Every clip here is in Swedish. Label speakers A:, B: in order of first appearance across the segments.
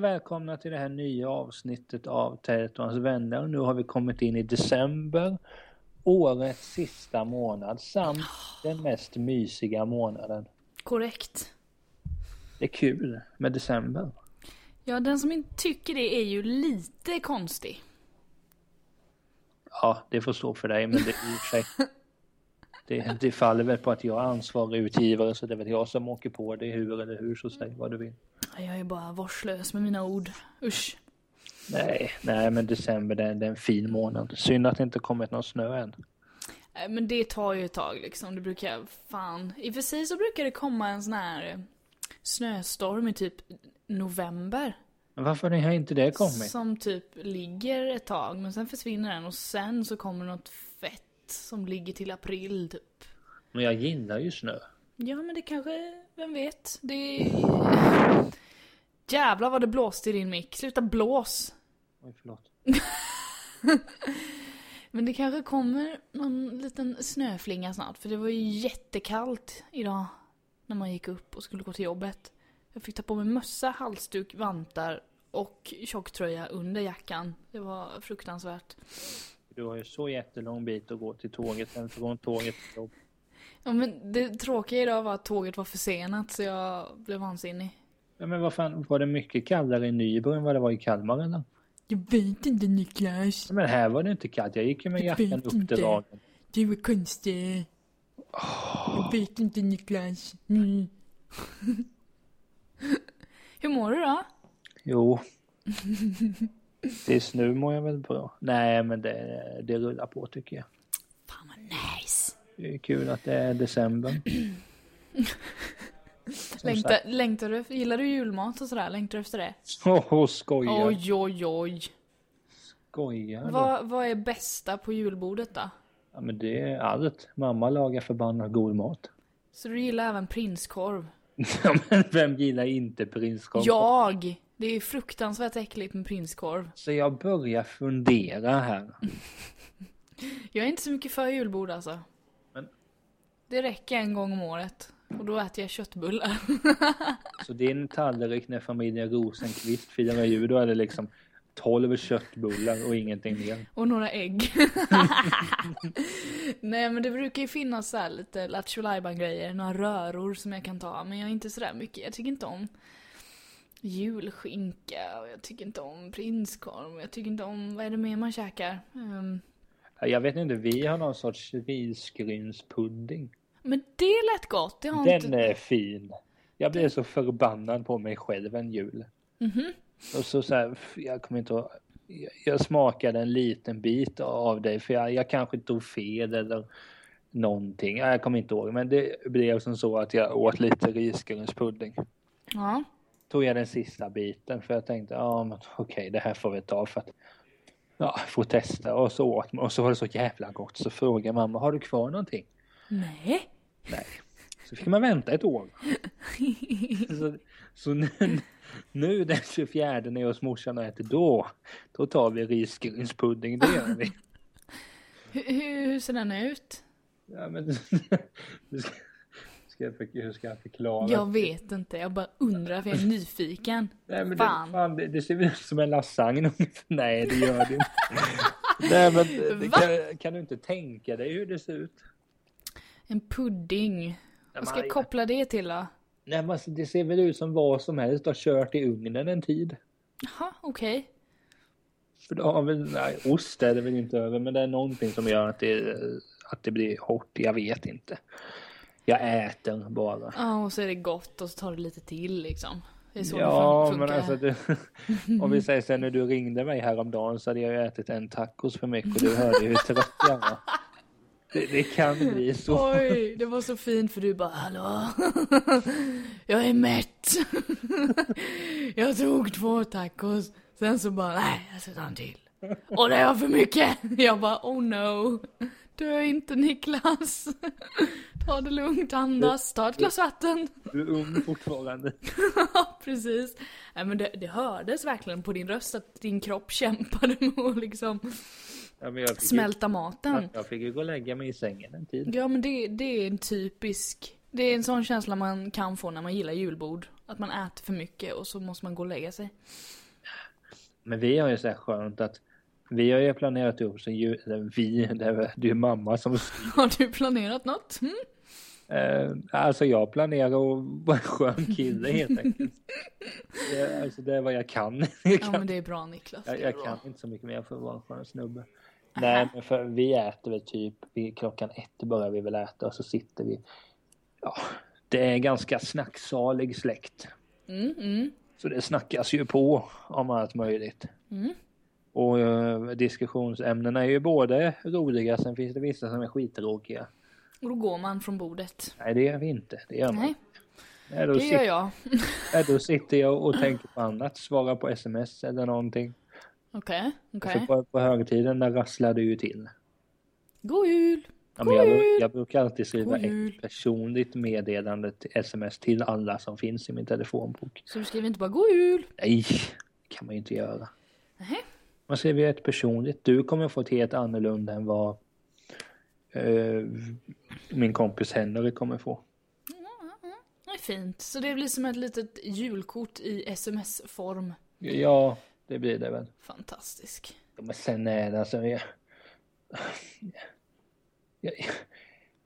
A: välkomna till det här nya avsnittet av Territorns vänner. Och nu har vi kommit in i december. Årets sista månad samt den mest mysiga månaden.
B: Korrekt.
A: Det är kul med december.
B: Ja, den som inte tycker det är ju lite konstig.
A: Ja, det får stå för dig, men det, i och för sig, det, det faller väl på att jag är ansvarig utgivare så det är väl jag som åker på det hur eller hur, så säg vad du vill.
B: Jag är bara vårdslös med mina ord. Usch.
A: Nej, nej men december det är, det är en fin månad. Synd att det inte kommit någon snö än.
B: Nej, Äh, Men det tar ju ett tag liksom. Det brukar, fan. I och för sig så brukar det komma en sån här eh, snöstorm i typ november.
A: Men varför har inte det kommit?
B: Som typ ligger ett tag men sen försvinner den och sen så kommer något fett som ligger till april typ.
A: Men jag gillar ju snö.
B: Ja men det kanske, vem vet? Det... Jävlar vad det blåste i din mick. Sluta blås!
A: Oj, förlåt.
B: Men det kanske kommer någon liten snöflinga snart för det var ju jättekallt idag när man gick upp och skulle gå till jobbet. Jag fick ta på mig mössa, halsduk, vantar och tjocktröja under jackan. Det var fruktansvärt.
A: Du har ju så jättelång bit att gå till tåget, sen från tåget till jobb.
B: Ja, men det tråkiga idag var att tåget var försenat så jag blev vansinnig.
A: Ja, men vad fan, var det mycket kallare i Nybro än vad det var i Kalmar eller?
B: Jag vet inte Niklas.
A: Ja, Men här var det inte kallt, jag gick ju med
B: Jag
A: jackan
B: vet
A: upp
B: inte.
A: till dagen.
B: Du är konstig. Jag vet inte Niklas. Mm. Hur mår du då?
A: Jo. Tills nu mår jag väl bra. Nej, men det, det rullar på tycker jag.
B: Fan vad nice.
A: Det är kul att det är december.
B: Längtar, längtar du, gillar du julmat och sådär? Längtar du efter det?
A: Åh, oh, skojar.
B: Oj oj oj.
A: Skojar då.
B: Vad, vad är bästa på julbordet då?
A: Ja, men det är allt. Mamma lagar förbannat god mat.
B: Så du gillar även prinskorv?
A: Ja, men vem gillar inte prinskorv?
B: Jag! Det är fruktansvärt äckligt med prinskorv.
A: Så jag börjar fundera här.
B: Jag är inte så mycket för julbord alltså.
A: Men-
B: Det räcker en gång om året. Och då äter jag köttbullar.
A: Så din tallrik när familjen Rosenqvist firar jul, då är det liksom 12 köttbullar och ingenting mer.
B: Och några ägg. Nej men det brukar ju finnas så här lite lattjo grejer Några röror som jag kan ta. Men jag är inte sådär mycket. Jag tycker inte om julskinka. Och jag tycker inte om prinskorv. och Jag tycker inte om, vad är det mer man käkar? Ehm,
A: Ja, Jag vet inte, vi har någon sorts risgrynspudding.
B: men det lät gott. Det har
A: Den
B: inte...
A: är fin. Jag blev så förbannad på mig själv en jul. Och så så här, f- jag kommer inte ihåg. jag- Jag smakade en liten bit av det för jag, jag kanske tog fel eller någonting. Ja, Jag kommer inte ihåg men det blev som så att jag åt lite risgrynspudding.
B: Ja.
A: tog jag den sista biten för jag tänkte ja men okej det här får vi ta för att ja, få testa och så åt man och så var det så jävla gott så frågade mamma har du kvar någonting?
B: Nej.
A: Nej. Så fick man vänta ett år. Så, så nu, nu den 24 när jag hos morsan och äter då, då tar vi risgrynspudding, det gör vi.
B: Hur, hur, hur ser den ut?
A: Ja, men, hur, ska, ska jag, för- hur ska jag förklara?
B: Jag vet inte. Jag bara undrar för jag är nyfiken.
A: Nej, men
B: Fan.
A: Det, fan det, det ser ut som en lasagne ungefär. Nej det gör det inte. Nej men det,
B: Va?
A: kan, kan du inte tänka dig hur det ser ut?
B: En pudding. Vad ska jag koppla det till då?
A: Nej men alltså, det ser väl ut som vad som helst har kört i ugnen en tid.
B: Jaha, okej.
A: För då har väl, nej ost är det väl inte över men det är någonting som gör att det, att det blir hårt. Jag vet inte. Jag äter bara.
B: Ja, och så är det gott och så tar det lite till liksom. Det är så det
A: Ja
B: fun-
A: men
B: funkar.
A: alltså du, om vi säger sen när du ringde mig häromdagen så hade jag ju ätit en tacos för mycket och du hörde hur trött jag var. Det, det kan bli så.
B: Oj, det var så fint för du bara hallå. Jag är mätt. Jag tog två tacos. Sen så bara nej, jag ska ta en till. Och det var för mycket. Jag bara oh no. Dö inte Niklas. Ta det lugnt, andas, ta ett glas vatten.
A: Du är ung fortfarande.
B: Ja, precis. Nej, men det, det hördes verkligen på din röst att din kropp kämpade med att liksom
A: Ja, men jag, fick
B: smälta
A: ju,
B: maten.
A: jag fick ju gå och lägga mig i sängen en tid.
B: Ja men det, det är en typisk, det är en sån känsla man kan få när man gillar julbord. Att man äter för mycket och så måste man gå och lägga sig.
A: Men vi har ju så här skönt att vi har ju planerat upp så ju, eller vi, det är det är ju mamma som
B: Har du planerat något? Mm?
A: Eh, alltså jag planerar att vara en skön kille helt enkelt. Det, alltså det är vad jag kan. Jag
B: Ja
A: kan,
B: men det är bra Niklas.
A: jag,
B: det är
A: jag
B: bra.
A: kan inte så mycket mer för att vara en skön snubbe. Nej, men för vi äter väl typ vid klockan ett börjar vi väl äta och så sitter vi. Ja, det är en ganska snacksalig släkt.
B: Mm, mm.
A: Så det snackas ju på om allt möjligt.
B: Mm.
A: Och eh, diskussionsämnena är ju både roliga, sen finns det vissa som är skittråkiga.
B: Och då går man från bordet.
A: Nej, det gör vi inte. Det gör man.
B: Nej,
A: Nej, då,
B: det
A: sitter,
B: gör jag.
A: nej, då sitter jag och tänker på annat, svara på sms eller någonting.
B: Okej, okej.
A: För på, på högtiden där rasslar det ju till.
B: God jul!
A: Ja, men
B: God
A: jag, bru-
B: jul!
A: jag brukar alltid skriva
B: God
A: ett
B: jul.
A: personligt meddelande till sms till alla som finns i min telefonbok.
B: Så du skriver inte bara god jul?
A: Nej, det kan man ju inte göra.
B: Nej.
A: Man skriver ett personligt. Du kommer få ett helt annorlunda än vad eh, min kompis Henry kommer få.
B: Det är fint. Så det blir som ett litet julkort i sms-form.
A: Ja, det blir det väl.
B: Fantastisk.
A: Ja, Men sen är det alltså... Jag, jag,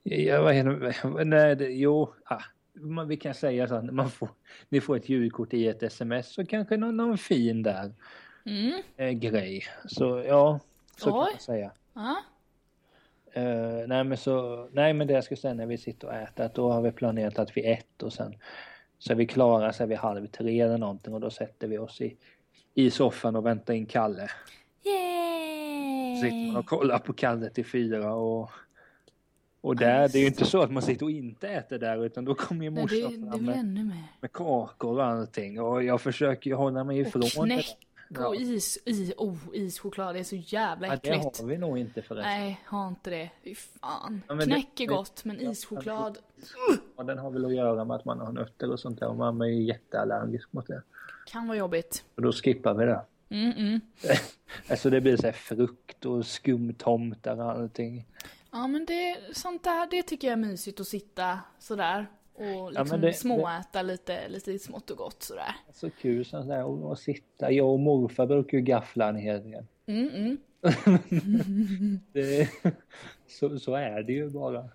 A: jag, jag, vad heter det? Nej, det, jo. Ah, man, vi kan säga så att när man får, ni får ett julkort i ett sms och kanske någon, någon fin där
B: Mm,
A: eh, grej. Så ja, så kan
B: Oj.
A: man säga.
B: ja.
A: Eh, nej, men så, nej men det jag skulle säga när vi sitter och äter att då har vi planerat att vi ett och sen så är vi klara så är vi halv tre eller någonting och då sätter vi oss i, i soffan och väntar in Kalle. sitter man
B: Yay!
A: och kollar på Kalle till fyra och... Och där, det är ju inte så att man sitter och inte äter där utan då kommer ju
B: Nej, det,
A: morsan
B: det
A: fram
B: är väl
A: med,
B: ännu mer.
A: med kakor och allting och jag försöker ju hålla mig ifrån
B: Och
A: det. där.
B: knäck och
A: ja.
B: is. I, oh, ischoklad. Det är så jävla
A: ja, det
B: äckligt.
A: har vi nog inte förresten.
B: Nej, ha inte det. Fy fan.
A: Ja, men det-
B: Knäck är gott, men ischoklad.
A: Och den har väl att göra med att man har nötter och sånt där och mamma är ju jätteallergisk mot det.
B: Kan vara jobbigt.
A: Och då skippar vi det.
B: Mm, mm.
A: Alltså det blir så här frukt och skumtomtar och allting.
B: Ja men det, sånt där, det tycker jag är mysigt att sitta sådär och liksom
A: det-
B: småäta lite, lite smått och gott sådär.
A: Så kul sånt där och, och sitta. Jag och morfar brukar ju gaffla en hel del.
B: Mm, mm.
A: Det, så, så är det ju bara.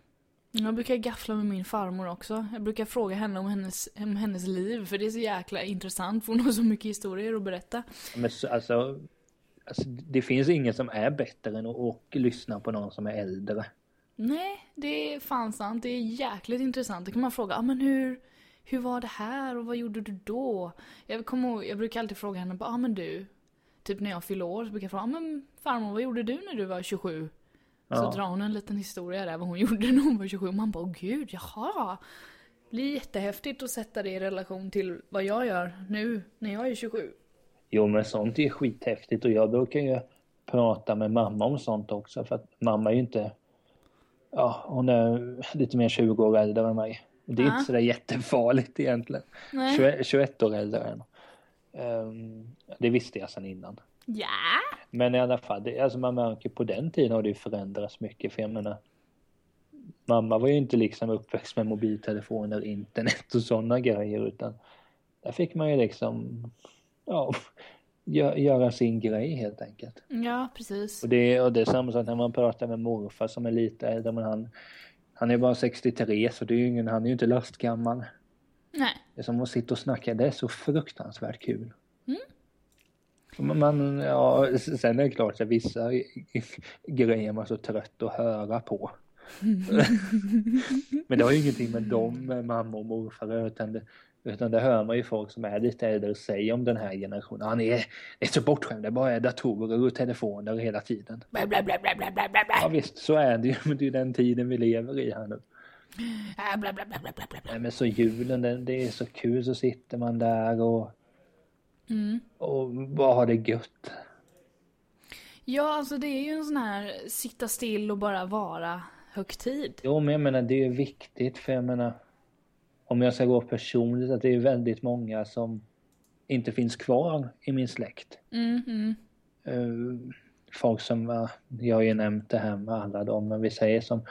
B: Jag brukar gaffla med min farmor också. Jag brukar fråga henne om hennes, om hennes liv för det är så jäkla intressant för hon har så mycket historier att berätta.
A: Men så, alltså, alltså, det finns ingen som är bättre än att och lyssna på någon som är äldre.
B: Nej, det är fan sant. Det är jäkligt intressant. Då kan man fråga, ah, men hur, hur var det här och vad gjorde du då? Jag, kommer ihåg, jag brukar alltid fråga henne, ja ah, men du, typ när jag fyller år så brukar jag fråga, ah, men farmor vad gjorde du när du var 27?
A: Ja.
B: Så drar hon en liten historia där vad hon gjorde när hon var 27 och man bara, åh gud, jaha. Det är jättehäftigt att sätta det i relation till vad jag gör nu när jag är 27.
A: Jo men sånt är ju skithäftigt och jag brukar ju prata med mamma om sånt också för att mamma är ju inte, ja hon är lite mer 20 år äldre än mig. Det är
B: Ja.
A: inte sådär jättefarligt egentligen.
B: Nej.
A: 21, 21 år äldre än. Ehm, det visste jag sedan innan.
B: Ja.
A: Men i alla fall, det, alltså man märker på den tiden har det ju förändrats mycket. För jag menar, mamma var ju inte liksom uppväxt med mobiltelefoner, internet och sådana grejer. Utan där fick man ju liksom, ja, gö- göra sin grej helt enkelt.
B: Ja, precis.
A: Och det, och det är samma sak när man pratar med morfar som är lite äldre. Men han, han är bara 63 så det är ju ingen, han är ju inte lastgammal.
B: Nej.
A: Det är som att sitta och snacka, det är så fruktansvärt kul. Mm. Man, ja, s- sen är det klart att vissa grejer är man så trött att höra på. Men det har ju ingenting med dem, med mamma och morfar utan det, utan det hör man ju folk som är lite äldre säga om den här generationen. Han är, är så bortskämd, det bara är datorer och telefoner hela tiden.
B: Bla, bla, bla, bla, bla, bla, bla,
A: Ja
B: bla.
A: visst, så är det ju, men det är ju den tiden vi lever i här nu.
B: Ah, Bla, bla, bla, bla, bla, bla.
A: Nej men så julen, det, det är så kul så sitter man där och
B: Mm.
A: Och bara ha det gött.
B: Ja, alltså det är ju en sån här sitta still och bara vara högtid.
A: Jo men jag menar det är ju viktigt för jag menar om jag ska gå personligt att det är väldigt många som inte finns kvar i min släkt.
B: Mm, mm.
A: Eh, Folk som, eh, jag har ju nämnt det här med alla dem, men vi säger som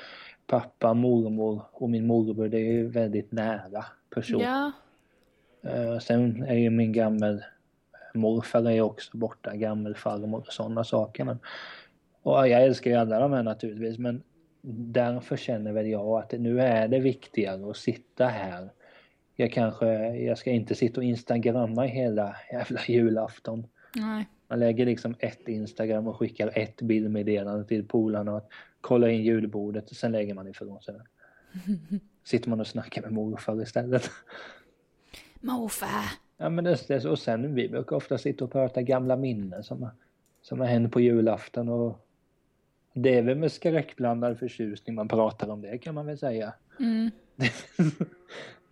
A: pappa, mormor och min morbror, det är ju väldigt nära personer.
B: Ja.
A: Eh, Sen är ju min gammel morfar är ju också borta, gammelfarmor och sådana saker. Men, och jag älskar ju alla de här naturligtvis men därför känner väl jag att nu är det viktigare att sitta här. Jag kanske, jag ska inte sitta och instagramma hela jävla julafton.
B: Nej.
A: Man lägger liksom ett Instagram och skickar ett bildmeddelande till polarna att kolla in julbordet och sen lägger man ifrån sig det. Sitter man och snackar med morfar istället.
B: Morfar.
A: Ja men det, det, och sen vi brukar ofta sitta och prata gamla minnen som, har- som har hänt på julafton och det är väl med skräckblandad förtjusning man pratar om det kan man väl säga.
B: Mm.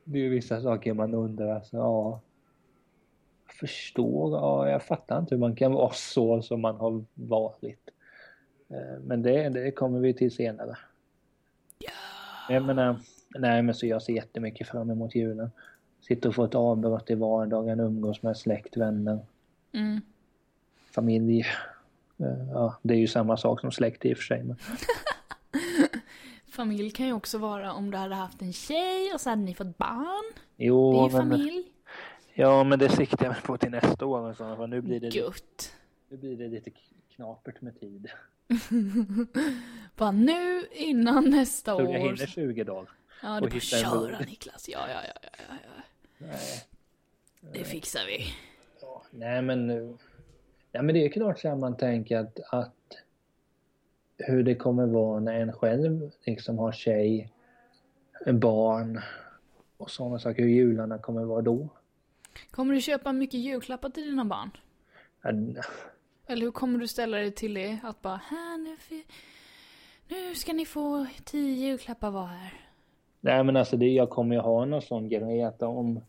A: det är ju vissa saker man undrar så ja. Jag förstår, ja jag fattar inte hur man kan vara så som man har varit. Eh, Men det, det kommer vi till senare. Ja. Jag menar, nej men så jag ser jättemycket fram emot julen. Sitter och får ett avbrott i vardagen, umgås med släkt, vänner,
B: Mm.
A: familj. Eh, Ja, det är ju samma sak som släkt i och för sig. Men
B: Familj kan ju också vara om du hade haft en tjej och så hade ni fått barn.
A: jo,
B: Det är ju
A: men,
B: familj.
A: Ja, men det siktar jag på till nästa år. i sådana fall. Nu blir det lite
B: Gött.
A: Nu blir det lite knapert med tid.
B: Bara nu innan nästa
A: Så jag
B: år.
A: hinner 20 dagar.
B: Ja, du
A: och
B: bara
A: hitta en
B: köra
A: rolig.
B: Niklas. Ja, ja, ja, ja, ja, ja. Det fixar vi.
A: Ja, nej men nu. Ja men det är klart så här man tänker att, att hur det kommer vara när en själv liksom har tjej, barn och sådana saker. Hur jularna kommer vara då.
B: Kommer du köpa mycket julklappar till dina barn?
A: Ja,
B: Eller hur kommer du ställa dig till det? Att bara, här nu, fi- nu ska ni få tio julklappar var här.
A: Nej men alltså det, jag kommer ju ha någon sån grej att om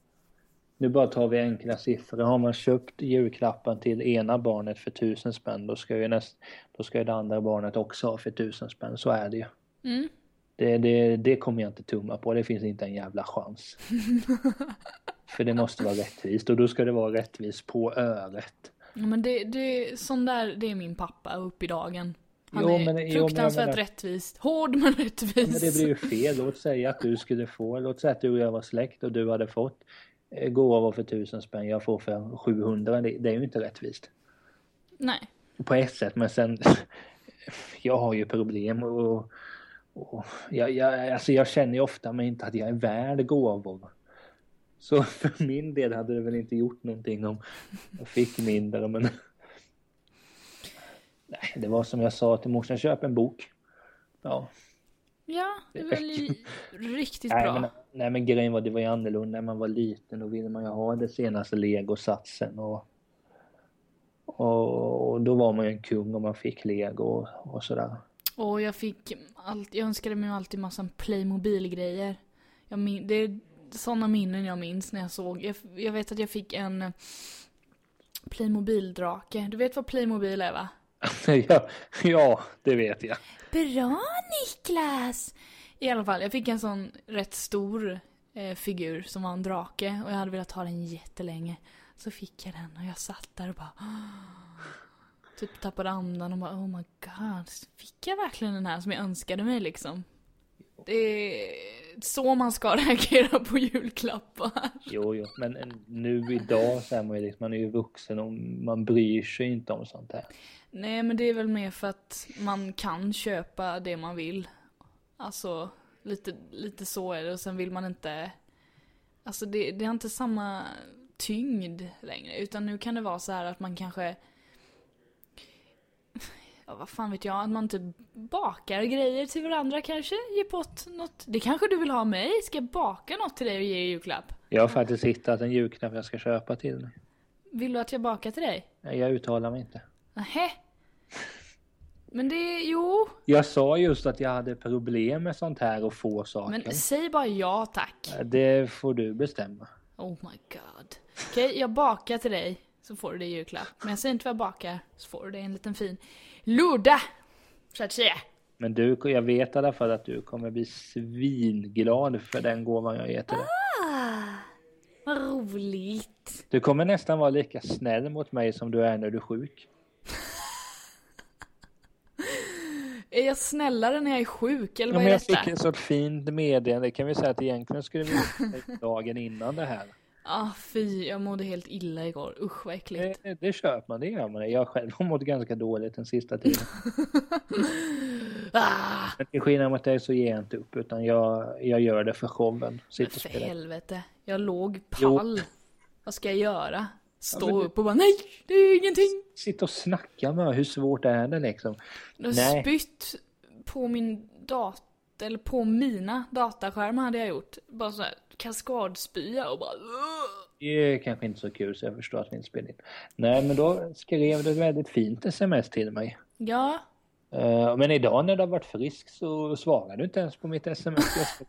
A: nu bara tar vi enkla siffror. Har man köpt julklappen till ena barnet för tusen spänn då ska ju, näst, då ska ju det andra barnet också ha för tusen spänn. Så är det ju.
B: Mm.
A: Det, det, det kommer jag inte tumma på. Det finns inte en jävla chans. För det måste vara rättvist och då ska det vara rättvist på öret.
B: Ja, men det, det, sån där, det är min pappa upp i dagen. Han
A: Jo,
B: är
A: men- jo, men jag
B: fruktansvärt
A: menar-
B: rättvis. Hård men
A: Men
B: rättvis.
A: det blir ju fel. Låt säga att du skulle få, låt säga att du och jag var släkt och du hade fått eh, gåva för tusen spänn, jag får för 700. Det, det är ju inte rättvist.
B: Nej.
A: På ett sätt men sen, jag har ju problem och, och jag, jag, alltså jag känner ju ofta mig inte att jag är värd gåvor. Så för min del hade det väl inte gjort någonting om jag fick mindre men... Nej, det var som jag sa till morsan, köp en bok. Ja.
B: Ja, det är väl ju riktigt
A: Nej
B: bra.
A: men, nej men grejen var det var ju annorlunda när man var liten. Då ville man ju ha det senaste legosatsen och, och, och då var man ju en kung om man fick lego och, och sådär.
B: Och jag fick allt, jag önskade mig alltid massa Playmobil-grejer. Jag min, det är sådana minnen jag minns när jag såg, jag, jag vet att jag fick en eh, Playmobil-drake. Du vet vad Playmobil är va?
A: ja, ja, det vet jag.
B: Bra Niklas! I alla fall, jag fick en sån rätt stor eh, figur som var en drake och jag hade velat ha den jättelänge. Så fick jag den och jag satt där och bara "Åh." Typ tappade andan och bara oh my god. Fick jag verkligen den här som jag önskade mig liksom? Det är så man ska reagera på julklappar.
A: Jo, jo. Men en- nu idag så är man ju liksom, man är ju vuxen och man bryr sig inte om sånt här.
B: Nej men det är väl mer för att man kan köpa det man vill. Alltså lite, lite så är det och sen vill man inte... Alltså det, det har inte samma tyngd längre utan nu kan det vara så här att man kanske... Ja vad fan vet jag, att man typ bakar grejer till varandra kanske? Ger bort något. Det kanske du vill ha av mig? Ska jag baka något till dig och ge i julklapp?
A: Jag har faktiskt hittat en julklapp jag ska köpa till mig.
B: Vill du att jag bakar till dig?
A: Nej, jag uttalar mig inte.
B: Nähä? Men det, jo.
A: Jag sa just att jag hade problem med sånt här och få saker.
B: Men säg bara ja tack.
A: Det får du bestämma.
B: Oh my god. Okej, jag bakar till dig så får du det i julklapp. Men jag säger inte vad jag bakar så får du det i en liten fin låda. Så att säga.
A: Men du, jag vet i alla fall att du kommer bli svinglad för den gåvan jag ger till dig.
B: Ah, vad roligt.
A: Du kommer nästan vara lika snäll mot mig som du är när du är sjuk.
B: Är jag snällare när jag är sjuk eller
A: Ja,
B: vad
A: men
B: är
A: jag
B: detta?
A: fick ett sådant fint meddelande. Det kan vi säga att egentligen skulle vi gjort det dagen innan det här.
B: Ah fy, jag mådde helt illa igår. Usch vad äckligt.
A: Det, det köper man, det gör man. Jag själv har mått ganska dåligt den sista tiden.
B: Ah,
A: Men till skillnad mot dig så ger jag inte upp utan jag, jag gör det för showen. Sitter och
B: för
A: spelar.
B: helvete. Jag låg
A: Jo.
B: pall. Vad ska jag göra? Stå
A: men det-
B: upp och bara nej, det är ingenting.
A: Sitter och snackar med hur svårt är det liksom.
B: Jag har
A: Nej.
B: spytt på min dator, eller på mina dataskärmar hade jag gjort. Bara sån här kaskadspya och bara "Ugh."
A: Det är kanske inte så kul så jag förstår att ni inte spelar in. Nej men då skrev du ett väldigt fint sms till mig.
B: Ja,
A: Eh, men idag när du har varit frisk så svarar du inte ens på mitt sms. Jag skrev,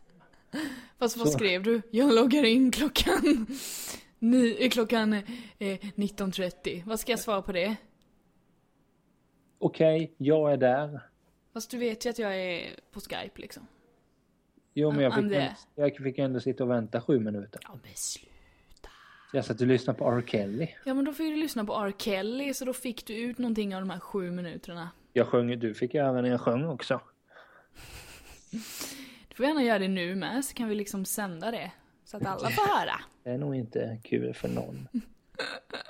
B: fast vad
A: Så.
B: skrev du? Jag loggar in klockan, ni, eh, klockan eh, 19.30. Vad ska jag svara på det?
A: Okej, jag är där.
B: Fast du vet ju att jag är på Skype liksom.
A: Jo men jag
B: Ja,
A: fick,
B: men det-
A: jag fick ändå sitta och vänta sju minuter.
B: Ja men slut.
A: Så jag satt och lyssnade på R. Kelly.
B: Ja men då fick du lyssna på R. Kelly så då fick du ut någonting av de här sju minuterna.
A: Jag sjöng, du fick göra när jag sjöng också.
B: Du får gärna göra det nu med så kan vi liksom sända det. Så att alla får höra.
A: Det är nog inte kul för någon.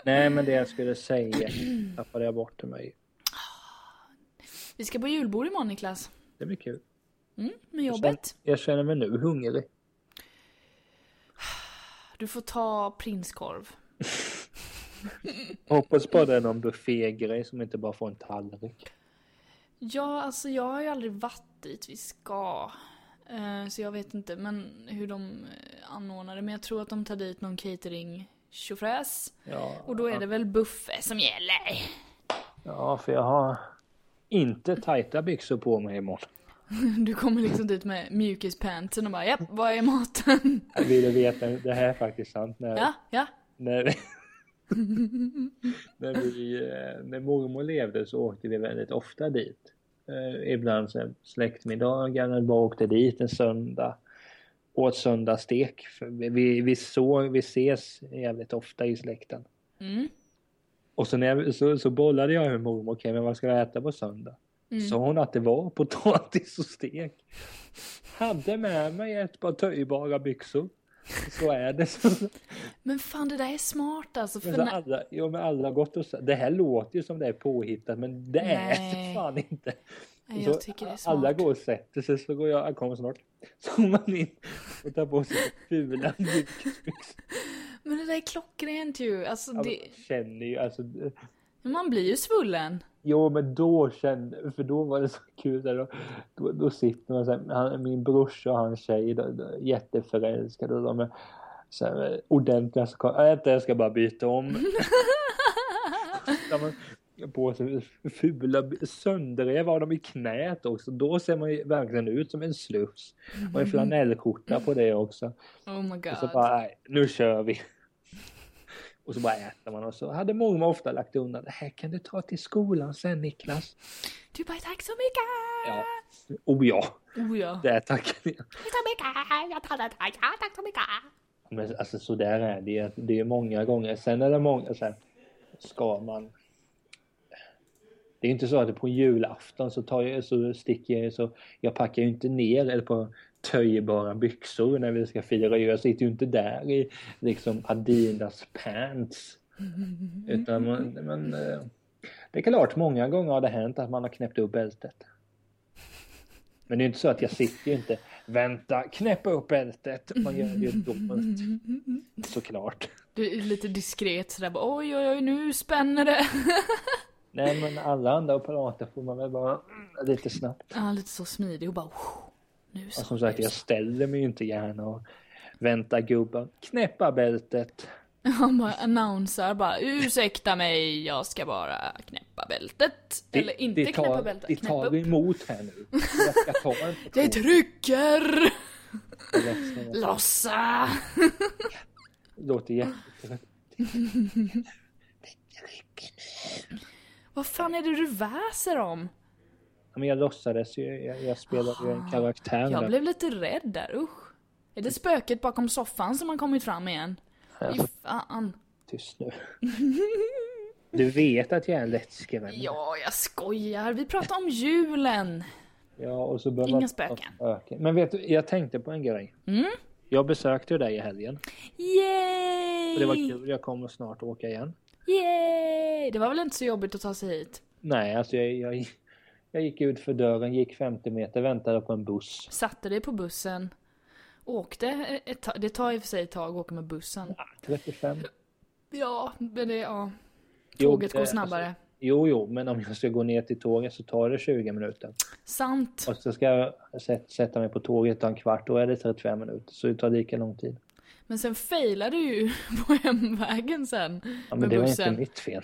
A: Nej men det jag skulle säga tappade jag bort till mig.
B: Vi ska på julbord imorgon Niklas.
A: Det blir kul.
B: Mm, med
A: Jag känner,
B: jobbet.
A: jag känner mig nu hungrig.
B: Du får ta prinskorv.
A: Hoppas på det är någon buffégrej som inte bara får en tallrik.
B: Ja, alltså jag har ju aldrig varit dit vi ska. Eh, Så jag vet inte men hur de eh, anordnar det. Men jag tror att de tar dit någon catering tjofräs.
A: Ja,
B: Och då är det väl buffé som gäller.
A: ja, för jag har inte tajta byxor på mig imorgon.
B: Du kommer liksom dit med mjukispanten och bara japp, var är maten?
A: Jag ville veta, det här är faktiskt sant. När,
B: Ja, ja.
A: när, när, vi, eh, när mormor levde så åkte vi väldigt ofta dit. Eh, Ibland så här släktmiddagar när vi bara åkte dit en söndag. Åt söndagsstek. För vi, vi, vi, såg, vi ses jävligt ofta i släkten.
B: Mm.
A: Och så, när jag, så, så bollade jag med mormor, okej men vad ska jag äta på söndag?
B: Mm.
A: Sa hon att det var potatis och stek. Hade med mig ett par töjbara byxor. Så är det. Så,
B: Men fan det där är smart alltså. För
A: men så
B: när...
A: alla, jo, men alla har gått och sa- det här låter ju som det är påhittat men det är
B: Nej.
A: det fan inte.
B: Nej,
A: Så
B: jag tycker det är smart.
A: Alla går och sätter sig så går jag, jag kommer snart. Så går man in och tar på sig fula mjukisbyxor.
B: Men det där är klockrent ju. Alltså,
A: Ja, men
B: det...
A: man Känner ju alltså
B: Man blir ju svullen.
A: Jo, men då kände, för då var det så kul. Där då, då, då sitter man så här, han, min brorsa och hans tjej, då, då, jätteförälskade och de är så här, ordentliga. Så kom, äh, jag ska bara byta om. Så man på sig fula by- sönderrev av dem i knät också. Då ser man ju verkligen ut som en slufs. Och en flanellskjorta på det också.
B: Oh my
A: Och så
B: god.
A: bara, nej, nu kör vi. Och så bara äter man och så hade mormor ofta lagt undan. Det här kan du ta till skolan sen Niklas.
B: Du bara tack så mycket!
A: Ja. Oh ja,
B: Oh ja.
A: det tackar jag.
B: Tack så mycket! Jag tar det tack, ja, tack så mycket!
A: Men alltså så där är det ju. Det är många gånger. Sen är det många så här, ska man. Det är inte så att på julafton så tar jag så sticker jag så jag packar ju inte ner eller på töjbara byxor när vi ska fira jul. Jag sitter ju inte där i liksom Adidas pants. Utan man, men eh, det är klart många gånger har det hänt att man har knäppt upp bältet. Men det är ju inte så att jag sitter ju inte vänta knäppa upp bältet. Man gör det ju dumt. Såklart.
B: Du är lite diskret sådär bara oj oj oj nu spänner det.
A: Nej men alla andra apparater får man väl bara mm, lite snabbt.
B: Ja, lite så smidig och bara oh, nu så.
A: Och som sagt jag ställer mig ju inte gärna och väntar gubben. Knäppa bältet.
B: Han bara annonsar bara ursäkta mig jag ska bara knäppa bältet. Eller inte
A: det tar,
B: knäppa bältet,
A: Det
B: knäppa
A: tar
B: upp.
A: emot här nu. Jag ska ta en
B: Det trycker!
A: portion.
B: Lossa!
A: Låter jättefint.
B: Vad fan är det du väser om?
A: Ja, Men jag låtsades ju, jag, jag spelade ju en karaktär
B: Jag
A: där.
B: blev lite rädd där, usch. Är det spöket bakom soffan som har kommit fram igen? Fy fan.
A: Tyst nu. Du vet att jag är en lättskrämd.
B: Ja, jag skojar. Vi pratar om julen.
A: Ja, och så behöver
B: Inga
A: man-
B: spöken.
A: Men vet du, jag tänkte på en grej.
B: Mm.
A: Jag besökte ju dig i helgen.
B: Yay!
A: Och det var kul. Jag kommer snart åka igen.
B: Yay! Det var väl inte så jobbigt att ta sig hit?
A: Nej, alltså jag, jag, jag gick ut för dörren, gick 50 meter, väntade på en buss.
B: Satte dig på bussen. Åkte ett tag. Det tar i och för sig ett tag att åka med bussen.
A: Ah, 35.
B: Ja, men det, ja.
A: Jo,
B: Tåget
A: det-
B: går snabbare.
A: Alltså, jo, jo, men om jag ska gå ner till tåget så tar det 20 minuter.
B: Sant.
A: Och så ska jag sätt- sätta mig på tåget om en kvart, då är det 35 minuter. Så det tar lika lång tid.
B: Men sen failade du ju på hemvägen sen.
A: Ja, men
B: med
A: det var
B: bussen.
A: inte mitt fel.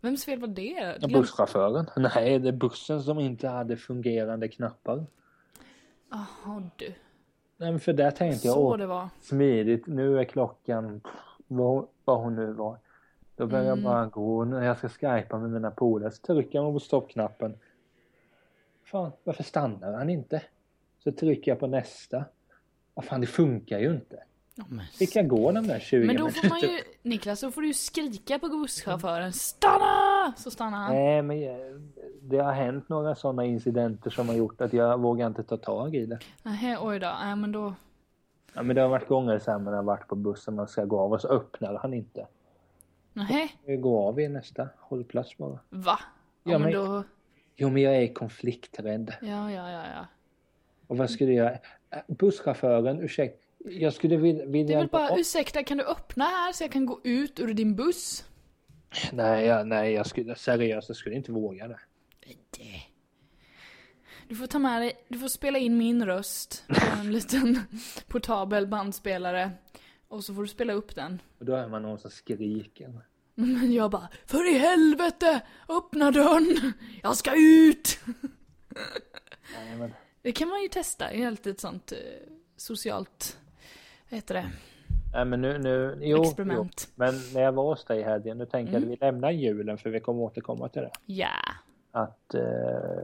B: Vems fel var det?
A: Ja,
B: Glöm-
A: Busschauffören? Nej, det är bussen som inte hade fungerande knappar.
B: Jaha du.
A: Nej, men för där tänkte jag,
B: Så
A: åh,
B: det var.
A: smidigt, nu är klockan, vad, vad hon nu var. Då börjar
B: Mm.
A: jag bara gå, när jag ska skypa med mina polare så trycker jag på stoppknappen. Fan, varför stannar han inte? Så trycker jag på nästa. Vad fan, det funkar ju inte.
B: Ja, men-
A: Fick jag gå de där 20
B: Men då får man
A: minuterna?
B: ju, Niklas, då får du ju skrika på busschauffören. Stanna! Så stannar han.
A: Nej, men jag- det har hänt några sådana incidenter som har gjort att jag vågar inte ta tag i det.
B: Nähä, oj då. Nej men då.
A: Ja, men det har varit gånger sen när jag har varit på bussen man ska gå av och så öppnar han inte.
B: Nähä,
A: Jag går av i nästa hållplats bara.
B: va? Ja,
A: Ja,
B: men
A: men-
B: då.
A: Jo, men jag är konflikträdd.
B: Ja, ja, ja, ja.
A: Och vad skulle jag... Äh, Busschauffören, ursäkta. Jag skulle vilja...
B: Det är
A: vilja
B: väl bara, ursäkta kan du öppna här så jag kan gå ut ur din buss?
A: nej, jag, nej, jag skulle... Seriöst, jag skulle inte våga det.
B: Nej. Du får ta med dig, du får spela in min röst på en liten portabel bandspelare. Och så får du spela upp den.
A: Och då hör man någon som skriker.
B: Men jag bara, för i helvete! Öppna dörren! Jag ska ut!
A: Nej, men...
B: Det kan man ju testa, det är alltid ett sånt eh, socialt, vad heter det,
A: Nej, men nu... nu jo, jo.
B: experiment. Mm.
A: Men när jag var hos dig i helgen, nu tänkte jag att vi lämnar julen för vi kommer återkomma till det.
B: Ja.
A: Att... Eh,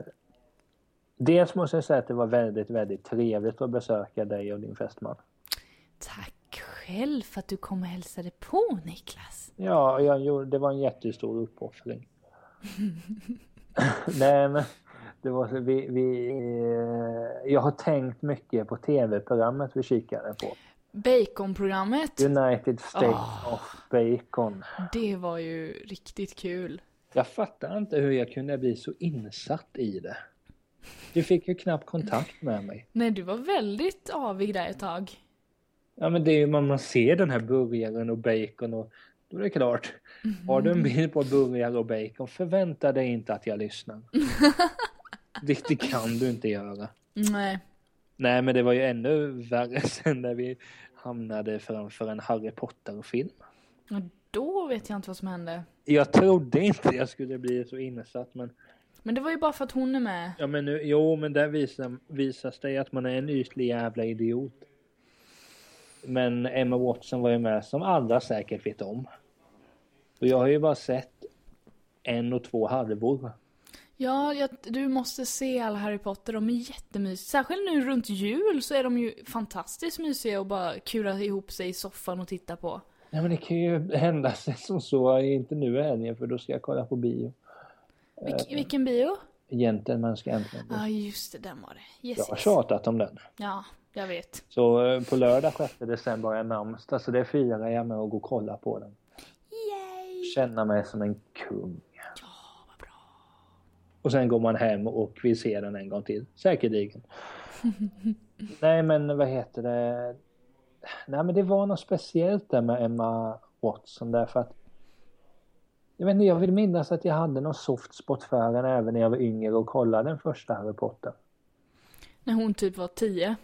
A: dels måste jag säga att det var väldigt, väldigt trevligt att besöka dig och din fästman.
B: Tack själv för att du kom och hälsade på Niklas.
A: Ja, jag gjorde, det var en jättestor uppoffring. Nej, men det var så, vi, vi, eh, jag har tänkt mycket på tv-programmet vi kikade på.
B: Baconprogrammet,
A: United States of Bacon.
B: det var ju riktigt kul.
A: Jag fattar inte hur jag kunde bli så insatt i det. Du fick ju knappt kontakt med mig.
B: Nej, du var väldigt avig där ett tag.
A: Ja, men det är ju, man, man ser den här burgaren och bacon och då är det klart. Har du en bild på burgare och bacon, förvänta dig inte att jag lyssnar. det, det kan du inte göra.
B: Nej.
A: Nej, men det var ju ännu värre sen när vi hamnade framför en Harry Potter-film.
B: Ja, Då vet jag inte vad som hände.
A: Jag trodde inte jag skulle bli så insatt, men,
B: Men det var ju bara för att hon är med.
A: ja, men nu, jo, men där visar, visas det att man är en ytlig jävla idiot. Men Emma Watson var ju med, som alla säkert vet om. Och jag har ju bara sett en och två halvor.
B: Ja, jag, du måste se alla Harry Potter, de är jättemysiga. Särskilt nu runt jul så är de ju fantastiskt mysiga och bara kura ihop sig i soffan och titta på.
A: Nej, men det kan ju hända sig som så, inte nu i helgen, för då ska jag kolla på bio.
B: Vilk, vilken bio?
A: Gentlemen ska äntligen
B: Eh. Ja,
A: bli.
B: just det, den var det. Yes,
A: Jag har
B: yes.
A: tjatat om den.
B: Ja, jag vet.
A: Så eh, på lördag 6 december har jag namnsdag så det firar jag med att gå och kolla på den.
B: Yay!
A: Känna mig som en kung.
B: Ja, vad bra.
A: Och sen går man hem och vill se den en gång till. Säkerligen. Nej men vad heter det? Nej men det var något speciellt där med Emma Watson därför att jag, vet inte, jag vill minnas att jag hade någon soft spot för henne även när jag var yngre och kollade den första Harry Potter.
B: När hon typ var tio.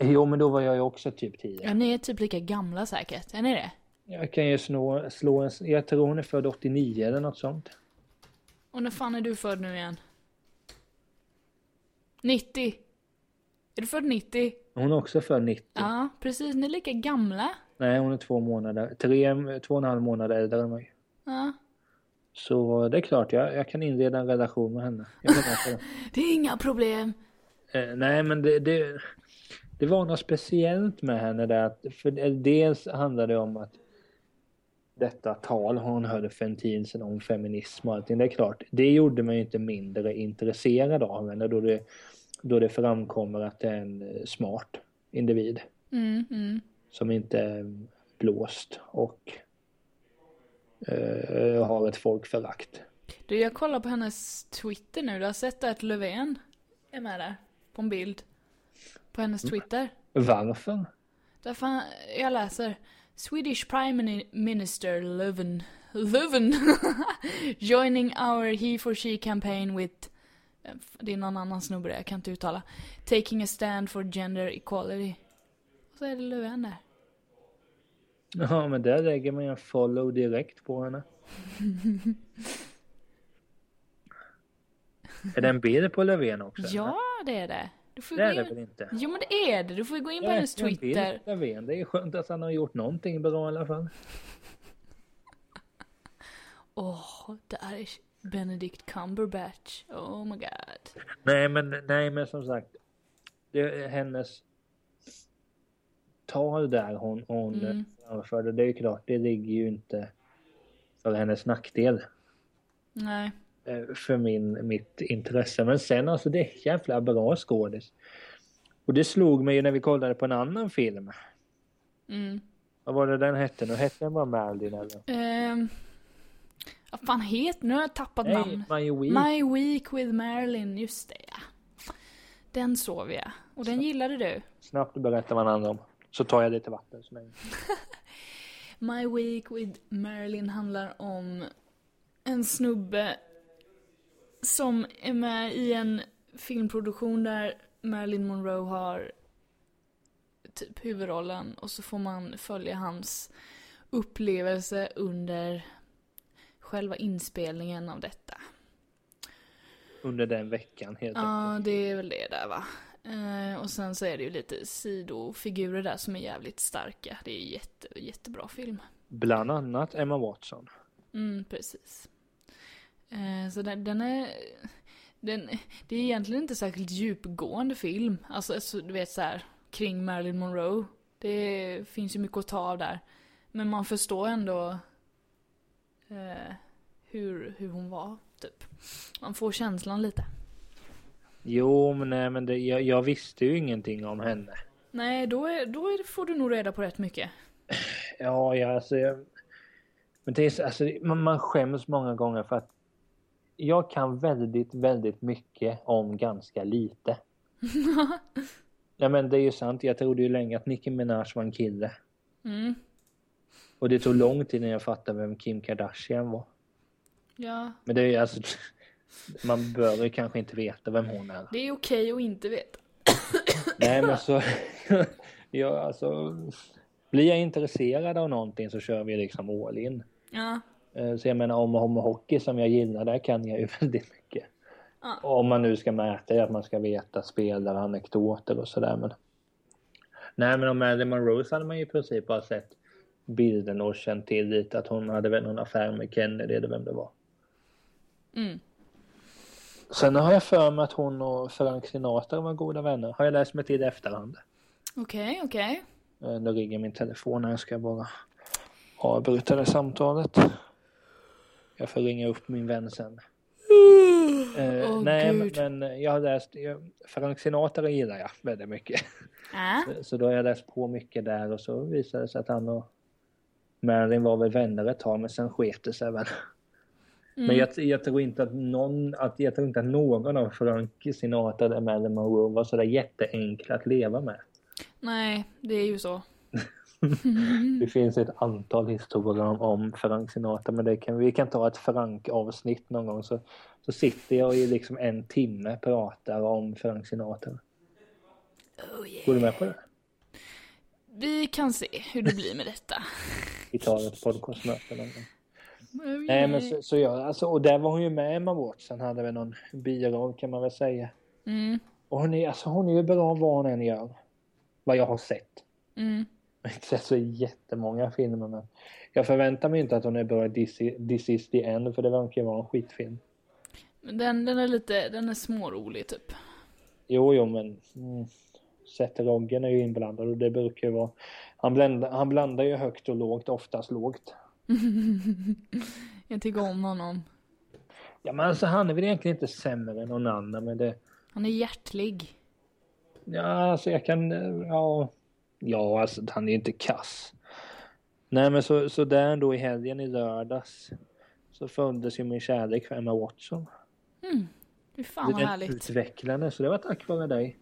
A: Jo men då var jag ju också typ 10.
B: Ja, ni är typ lika gamla säkert, är ni det?
A: Jag kan ju slå, slå en, jag tror hon är född 89 eller något sånt.
B: Och när fan är du född nu igen? 90. Är du född 90?
A: Hon är också född 90.
B: Ja, precis. Ni är lika gamla.
A: Nej, hon är två månader, tre, två och en halv månad äldre än mig.
B: Ja.
A: Så det är klart, jag, jag kan inleda en relation med henne. Jag menar på det.
B: Det är inga problem.
A: Eh, nej, men det, det, det var något speciellt med henne där. Att, för det- dels handlade det om att detta tal hon höll för en tid sedan om feminism och allting. Det är klart, det gjorde mig inte mindre intresserad av henne då det, då det framkommer att det är en eh, smart individ.
B: Mm, mm.
A: som inte är blåst och eh, har ett folkförakt.
B: Du, jag kollar på hennes Twitter nu. Du har sett att Löfven är med där. På en bild. På hennes Twitter.
A: Varför?
B: Där fan, jag läser. Swedish Prime Mini- Minister Löfven. Löfven! Joining our he for she campaign with... eh, Det är någon annan snubbe där, jag kan inte uttala. Taking a stand for gender equality. Och så är det Löfven där.
A: Ja, men där lägger man ju en follow direkt på henne. är det en bild på Löfven också?
B: Ja, det är det. Du får
A: Det
B: ju
A: är
B: gå
A: det
B: in...
A: väl inte?
B: Jo men det är det, du får ju gå in på
A: Jag
B: hennes
A: läste en bild
B: Twitter.
A: på Löfven. Det är skönt att han har gjort någonting bra i alla fall.
B: Åh, där är Benedict Cumberbatch. Oh my god.
A: Nej men, nej men som sagt. Det är hennes tal där hon, hon
B: Mm.
A: framförde. Det är ju klart, det ligger ju inte för hennes nackdel.
B: Nej.
A: eh, För min, mitt intresse. Men sen alltså det är en jävla bra skådis. Och det slog mig ju när vi kollade på en annan film.
B: Mm.
A: Vad var det den hette nu? Hette den bara Merlin eller?
B: Ehm. Vad fan heter Nu har jag tappat
A: Nej,
B: namnet.
A: My Week.
B: My Week with Marilyn, just det ja. Den såg jag. Och den gillade du.
A: Snabbt berätta vad den handlar om. Så tar jag lite vatten så länge.
B: My Week with Marilyn handlar om en snubbe som är med i en filmproduktion där Marilyn Monroe har typ huvudrollen och så får man följa hans upplevelse under själva inspelningen av detta.
A: Under den veckan helt enkelt.
B: Ja, det är väl det där va. Eh, och sen så är det ju lite sidofigurer där som är jävligt starka. Det är jätte, jättebra film.
A: Bland annat Emma Watson.
B: Mm, precis. Eh, så den, den är... Den, det är egentligen inte särskilt djupgående film. Alltså, så, du vet så här kring Marilyn Monroe. Det finns ju mycket att ta av där. Men man förstår ändå eh, hur, hur hon var, typ. Man får känslan lite.
A: Jo, men, nej, men det, jag, jag visste ju ingenting om henne.
B: Nej, då, är, då är, får du nog reda på rätt mycket.
A: Ja, ja alltså, jag, men det är, så- alltså, det- man, man skäms många gånger för att jag kan väldigt, väldigt mycket om ganska lite. Nej men det är ju sant, jag trodde ju länge att Nicki Minaj var en kille.
B: Mm.
A: Och det tog lång tid innan jag fattade vem Kim Kardashian var.
B: Ja,
A: Men det är ju alltså, man bör ju kanske inte veta vem hon är.
B: det är okej att inte veta.
A: Nej men så, jag alltså, blir jag intresserad av någonting så kör vi liksom all in.
B: Ja,
A: Eh, Så jag menar om, om hockey som jag gillar, där kan jag ju väldigt mycket.
B: Ja.
A: Och Om man nu ska mäta det, att man ska veta spelare, anekdoter och sådär. Men... Nej men om Marilyn Monroe så hade man ju i princip bara sett bilden och känt till lite att hon hade väl någon affär med Kennedy eller vem det var.
B: mm.
A: Sen har jag för mig att hon och Frank Sinatra var goda vänner. Har jag läst mig till i efterhand.
B: okej, okej.
A: Eh, Nu ringer min telefon här. Ska jag bara avbryta det samtalet? Jag får ringa upp min vän sen. Eh,
B: Åh,
A: nej, men-
B: gud.
A: men jag har läst... jag- Frank Sinatra gillar jag väldigt mycket.
B: Ja,
A: Så då har jag läst på mycket där och så visade det sig att han och Marilyn var väl vänner ett tag men sen sket det sig väl.
B: Mm.
A: Men jag, jag tror inte att någon, att, jag tror inte att någon av Frank Sinatra eller Marilyn Monroe var sådär jätteenkla att leva med.
B: nej, det är ju så.
A: Det finns ett antal historier om, om Frank Sinatra men det kan, vi kan ta ett Frank-avsnitt någon gång så, så sitter jag i liksom en timme pratar om Frank Sinatra.
B: Oh yeah.
A: Går du med på det?
B: Vi kan se hur det blir med detta.
A: Vi tar ett podcastmöte någon gång. Nej men så, så jag, alltså, och där var hon ju med Emma Watson, hade väl någon biroll kan man väl säga.
B: Mm,
A: Och hon är, alltså, hon är ju bra vad hon än gör. Vad jag har sett.
B: mm.
A: Jag har inte sett så jättemånga filmer men jag förväntar mig inte att hon är bra i This i- This is the end för det verkar ju vara en skitfilm.
B: Men Den, den är lite, den är smårolig typ.
A: Jo, jo men mm, Seth Rogen är ju inblandad och det brukar ju vara han blandar, han blandar ju högt och lågt, oftast lågt.
B: Jag tycker om honom.
A: Ja men alltså han är väl egentligen inte sämre än någon annan men det
B: Han är hjärtlig.
A: Ja, alltså jag kan... Ja, Ja, alltså han är inte kass. Nej, men så, så där då i helgen i lördags så föddes ju min kärlek för Emma Watson.
B: Fy fan vad
A: Den
B: härligt.
A: utvecklades, så det var tack vare dig.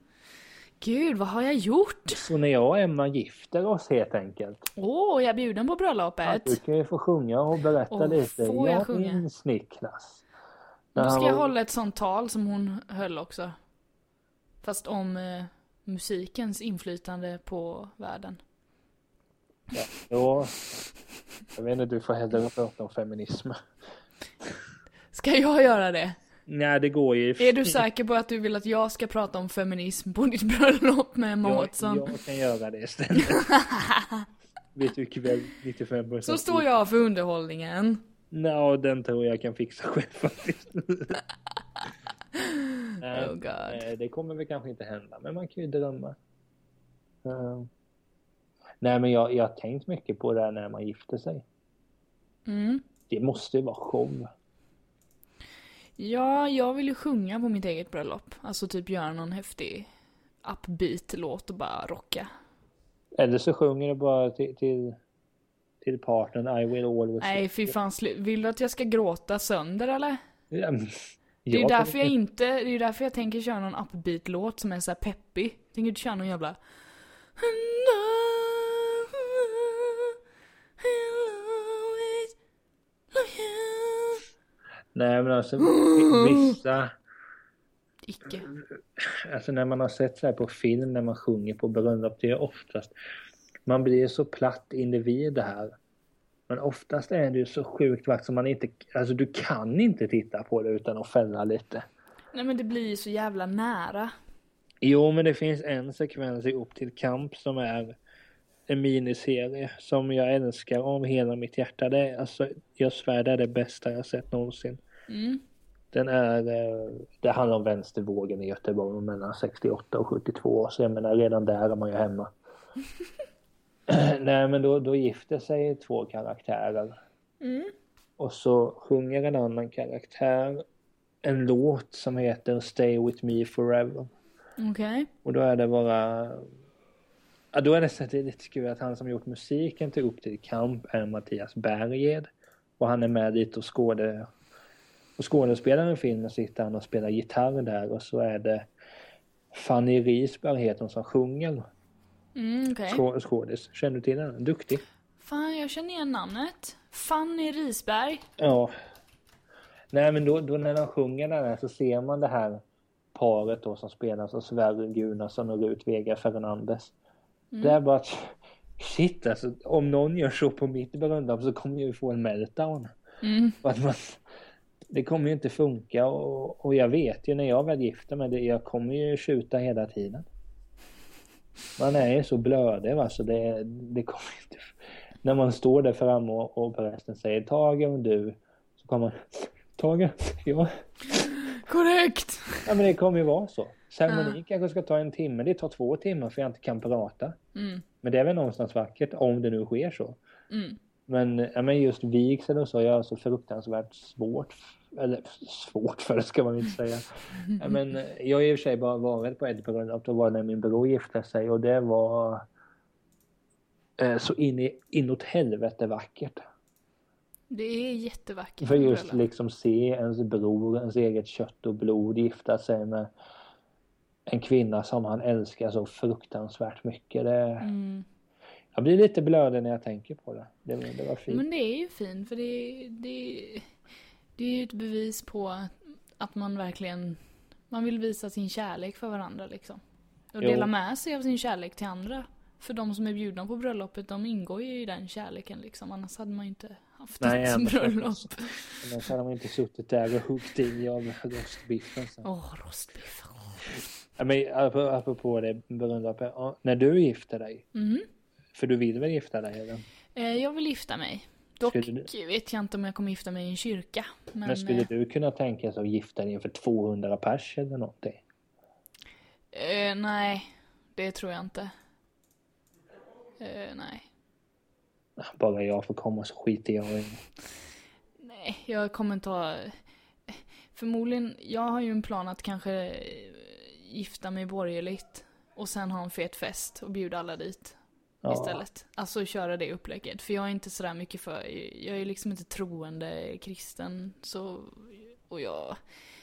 B: Gud, vad har jag gjort?
A: Så när jag och Emma gifter oss helt enkelt.
B: Åh, jag är bjuden på
A: Ja,
B: bröllopet.
A: du kan ju få sjunga och berätta
B: Åh,
A: lite.
B: får jag sjunga?
A: minns Niklas.
B: Då
A: När han
B: ska jag
A: var-
B: hålla ett sånt tal som hon höll också. Fast om eh, musikens inflytande på världen.
A: Ja, jag vet inte, du får hellre prata om feminism.
B: Ska jag göra det?
A: Nej, det går ju.
B: Är du säker på att du vill att jag ska prata om feminism på ditt bröllop med Emma
A: jag,
B: Watson?
A: jag kan göra det istället. Vet du ikväll 95 procent.
B: Så står jag för underhållningen.
A: Nej, den tror jag kan fixa själv faktiskt. Nej,
B: Oh god.
A: nej, det kommer väl kanske inte hända, men man kan ju drömma. Eh, Nej, men jag, jag har tänkt mycket på det här när man gifter sig.
B: Mm.
A: Det måste ju vara show.
B: Ja, jag vill ju sjunga på mitt eget bröllop. Alltså typ göra någon häftig upbeat-låt och bara rocka.
A: Eller så sjunger du bara till, till, till partnern I will always...
B: Nej, fy fan. slu- Vill du att jag ska gråta sönder eller?
A: Ja, men-
B: Det är ju
A: Ja,
B: därför jag inte, det är ju därför jag tänker köra någon upbeat-låt som är så här peppig. Jag tänker inte köra någon jävla...
A: Nej men alltså vissa,
B: Icke.
A: alltså när man har sett så här på film när man sjunger på bröllop, det är oftast, man blir så platt individ här. Men oftast är det ju så sjukt vackert som man inte, alltså du kan inte titta på det utan att fälla lite.
B: Nej men det blir ju så jävla nära.
A: Jo men det finns en sekvens i Upp till kamp som är en miniserie som jag älskar av hela mitt hjärta. Det är, alltså, jag svär det är det bästa jag sett någonsin.
B: Mm.
A: Den är, eh, det handlar om vänstervågen i Göteborg mellan 68 och 72 så jag menar redan där är man ju hemma. Nej men då, då gifter sig två karaktärer
B: Mm.
A: och så sjunger en annan karaktär en låt som heter Stay with me forever.
B: Okej.
A: Och då är det bara... Ja, då är det så att det är lite kul att han som gjort musiken till Upp till kamp är Mattias Berghed. Och han är med dit och skåde... Och skådespelaren i filmen sitter han och spelar gitarr där och så är det Fanny Risberg heter hon som sjunger.
B: Mm, okej.
A: Skå- Skådis. Känner du till henne? Duktig.
B: Fan, jag känner igen namnet. Fanny Risberg.
A: Ja. Nej men då, då när de sjunger den här så ser man det här paret då som spelas av Sverre Gunarsson och Rut Vega Fernandes. Det är bara att shit alltså om någon gör så på mitt bröllop så kommer jag ju få en meltdown.
B: Mm.
A: För att man, det kommer ju inte funka och, och jag vet ju när jag väl gifter mig, det, jag kommer ju tjuta hela tiden. Man är ju så blödig va, så det, det kommer inte... När man står där framme och, och prästen säger Tage och du, så kommer man... Tage, ja.
B: Korrekt!
A: ja men det kommer ju vara så. Ceremonin kanske ska ta en timme, det tar två timmar för jag inte kan prata.
B: Mm.
A: Men det är väl någonstans vackert om det nu sker så.
B: Mm.
A: Men, ja, men just vigsel och så är så fruktansvärt svårt. Eller svårt för det ska man ju inte säga. Ja, men, eh, jag har ju i och för sig bara varit på ett bröllop. Då var det när min bror gifte sig och det var eh, så in i, inåt helvete vackert.
B: Det är jättevackert.
A: För just
B: bröllop.
A: liksom se ens bror, ens eget kött och blod gifta sig med en kvinna som han älskar så fruktansvärt mycket. Det,
B: Mm.
A: jag blir lite blödig när jag tänker på det. Det, var- det var fint.
B: Men det är ju fint för det, det, det är ju ett bevis på att, att man verkligen man vill visa sin kärlek för varandra liksom. Och
A: Jo.
B: dela med sig av sin kärlek till andra. För de som är bjudna på bröllopet de ingår ju i den kärleken liksom. Annars hade man ju inte haft
A: Nej,
B: ett
A: men-
B: bröllop.
A: Annars hade man inte suttit där och huggit i av rostbiffen. sen.
B: Åh, rostbiff.
A: Ja, Men apropå- apropå det bröllopet. ja, När du gifter dig.
B: Mm.
A: För du vill väl gifta dig? Eller?
B: Eh, jag vill gifta mig. Dock
A: Skulle
B: vet jag inte om jag kommer gifta mig i en kyrka. Men,
A: Men skulle
B: eh,
A: du kunna tänka dig att gifta dig inför 200 pers eller någonting?
B: Eh, nej, det tror jag inte. Eh, nej.
A: Bara jag får komma så skiter jag i det.
B: Nej, jag kommer inte ha... Förmodligen, jag har ju en plan att kanske eh, gifta mig borgerligt och sen ha en fet fest och bjuda alla dit.
A: Ja.
B: istället. Alltså köra det upplägget. För jag är inte sådär mycket för, jag är liksom inte troende kristen. Så, och jag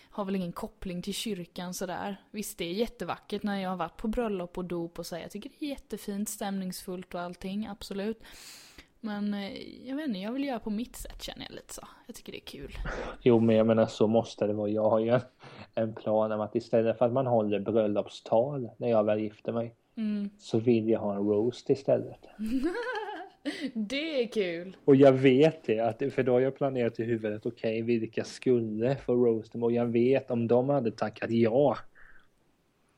B: har väl ingen koppling till kyrkan sådär. Visst det är jättevackert när jag har varit på bröllop och dop och så. här. Jag tycker det är jättefint, stämningsfullt och allting, absolut. Men eh, jag vet inte, jag vill göra på mitt sätt känner jag lite så. Jag tycker det är kul.
A: Jo, men jag menar så måste det vara. Jag har ju en, en plan om att istället för att man håller bröllopstal när jag väl gifter mig
B: Mm.
A: så vill jag ha en roast istället.
B: Det är kul!
A: Och jag vet det, att, för då har jag planerat i huvudet, okej, vilka skulle få roasten? Och jag vet om de hade tackat ja,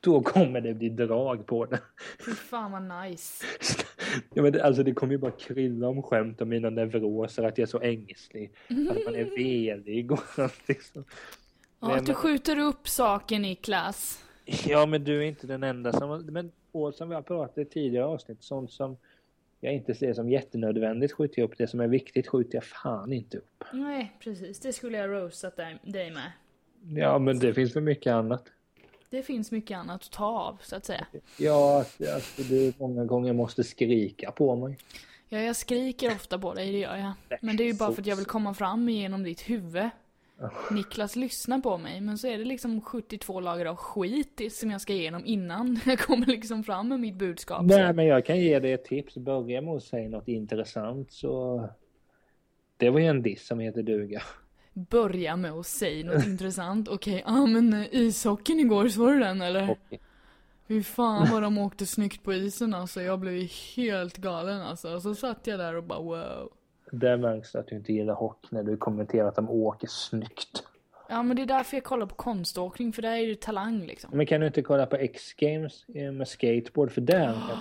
A: då kommer det bli drag på det.
B: Fy fan vad nice.
A: Ja, men det, alltså det kommer ju bara krylla om skämt om mina neuroser, att jag är så ängslig, att man är velig och allt liksom.
B: Ja,
A: Nej,
B: att du
A: men-
B: skjuter upp saker Niklas.
A: Ja, men du är inte den enda som... Men och som vi har pratat i tidigare avsnitt, sånt som jag inte ser som jättenödvändigt skjuter jag upp. Det som är viktigt skjuter jag fan inte upp.
B: Nej, precis. Det skulle jag roastat dig- dig med.
A: Ja, men det finns väl mycket annat.
B: Det finns mycket annat att ta av, så att säga.
A: Ja, att, att du många gånger måste skrika på mig.
B: Ja, jag skriker ofta på dig, det gör jag. Men det är ju bara för att jag vill komma fram genom ditt huvud. Niklas lyssnar på mig, men så är det liksom 72 lager av skit i- som jag ska igenom innan jag kommer liksom fram med mitt budskap.
A: Nej, men jag kan ge dig ett tips. Börja med att säga något intressant så... Det var ju en diss som heter duga.
B: Börja med att säga något intressant. Okej, ah men eh, ishockeyn igår, såg du den eller?
A: Mm.
B: Fy fan vad de åkte snyggt på isen alltså, jag blev ju helt galen alltså. Och så satt jag där och bara wow.
A: Där märks det att du inte gillar hockey när du kommenterar att de åker snyggt.
B: Ja men det är därför jag kollar på konståkning, för där är det talang liksom.
A: Men kan du inte kolla på X-games eh, med skateboard? För där...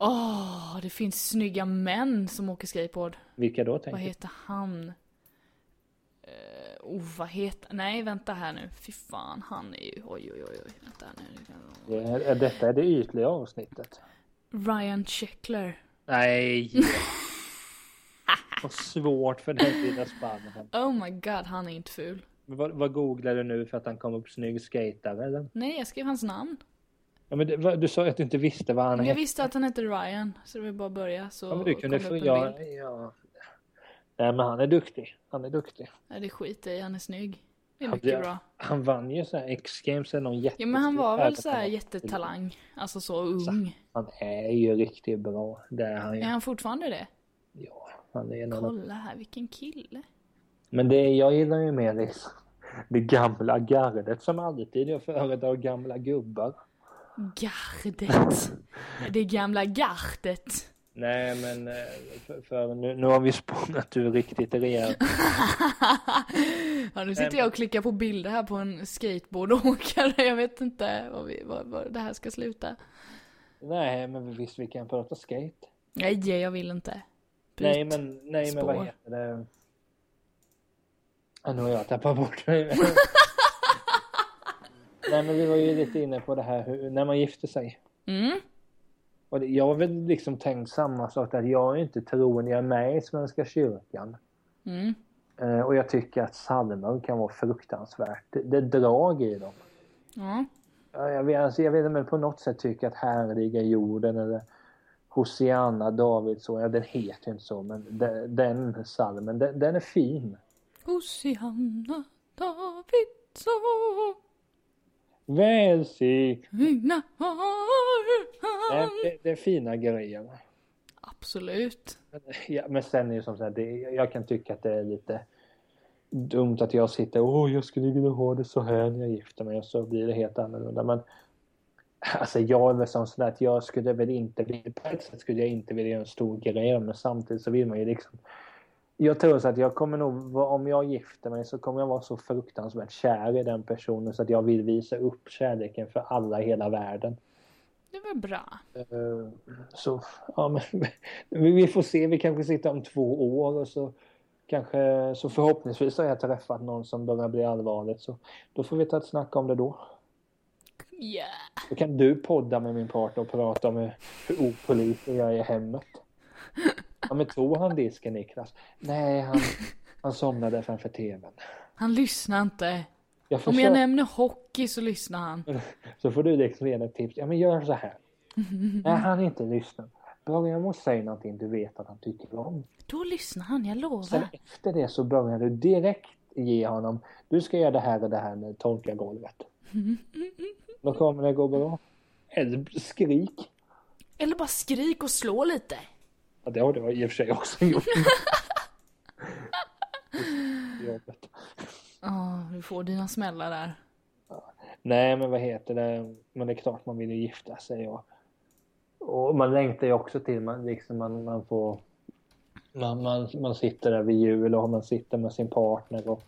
B: Åh, det finns snygga män som åker skateboard.
A: Vilka då tänker
B: Vad
A: du?
B: heter han? Eh, oh, vad heter... Nej, vänta här nu. Fy fan, han är ju... Oj, oj, oj, oj. Vänta här nu.
A: Det här- Detta är det ytliga avsnittet.
B: Ryan Sheckler.
A: Nej! Vad svårt för den lilla spannen.
B: Oh my god, han är inte ful.
A: Men Vad, vad googlar du nu för att han kom upp snygg skatare eller?
B: Nej, jag skrev hans namn.
A: Ja, men det, vad, du sa ju att du inte visste vad han
B: Men jag
A: hette.
B: visste att han hette Ryan, så det var bara att börja. Så
A: Ja, men du kunde
B: kom
A: få...
B: det upp en
A: Ja,
B: bild.
A: ja. Nej men han är duktig. Han är duktig.
B: Nej, det skiter jag i, han är snygg. Det är
A: Ja,
B: mycket
A: det-
B: bra.
A: Han vann ju så här X-games eller någon jätte...
B: Ja, men han var väl så här jättetalang. Alltså så ung.
A: Han är ju riktigt bra. Det är han ju.
B: Är han fortfarande det?
A: Ja, han är en av de
B: Kolla här, vilken kille.
A: Men det jag gillar ju mer liksom det gamla gardet som alltid. Jag föredrar gamla gubbar.
B: Gardet. Det gamla gardet.
A: Nej men eh, för, för nu, nu har vi spånat ur riktigt rejält.
B: Ja, nu sitter jag och klickar på bilder här på en skateboardåkare. Jag vet inte var, vi, var, var det här ska sluta.
A: Nej men visst vi kan prata skate.
B: Nej, jag vill inte. Byt.
A: Nej men, nej men
B: spår.
A: vad heter det? Ja, nu har jag tappat bort mig. nej men vi var ju lite inne på det här hur, när man gifter sig.
B: Mm.
A: Och det, jag har väl liksom tänkt samma sak att jag är inte troende, jag är med i Svenska kyrkan.
B: Mm.
A: Eh, Och jag tycker att psalmer kan vara fruktansvärt. Det, det är drag i dem.
B: Ja.
A: Ja, Jag vet, alltså, jag vet inte, men på något sätt tycker jag att härliga jorden eller Hosianna, Davidsson, ja den heter ju inte så men de- den psalmen, den, den är fin.
B: Hosianna Davidsson.
A: Välsig!
B: Mina har
A: Nej,
B: han.
A: Det, det är fina grejer.
B: Absolut.
A: Ja, men sen är det som så här, det, jag kan tycka att det är lite dumt att jag sitter åh jag skulle vilja ha det så här när jag gifter mig och så blir det helt annorlunda. Men alltså jag är väl som sån där att jag skulle väl inte vilja, på ett sätt skulle jag inte vilja göra en stor grej av det, men samtidigt så vill man ju liksom jag tror så att jag kommer nog, vara- om jag gifter mig så kommer jag vara så fruktansvärt kär i den personen så att jag vill visa upp kärleken för alla i hela världen.
B: Det var bra.
A: Eh, Så, ja, men, vi vi får se, vi kanske sitter om två år och så kanske, så förhoppningsvis har jag träffat någon som börjar bli allvarligt så då får vi ta ett snack om det då.
B: Yeah.
A: Då kan du podda med min partner och prata om hur, hur opålitlig jag är i hemmet. Ja men tog han disken Niklas? Nej, han, han somnade framför tvn.
B: Han lyssnar inte.
A: Jag
B: Om jag
A: försöker,
B: nämner hockey så lyssnar han.
A: så får du liksom ge henne ett tips. Ja men gör så här. Nej, han inte lyssnar. Börja med att säga någonting du vet att han tycker om.
B: Då lyssnar han, jag
A: Sen
B: lovar.
A: efter det så börjar du direkt ge honom, du ska göra det här och det här när du torkar golvet. Då kommer det gå bra. Eller skrik.
B: Eller bara skrik och slå lite.
A: Ja, det har du i och för sig också gjort. Jobbet.
B: Ja, du får dina smällar där.
A: Nej, men vad heter det? Men det är klart man vill ju gifta sig och, och man längtar ju också till man, liksom man, man får man, man, man sitter där vid jul och man sitter med sin partner och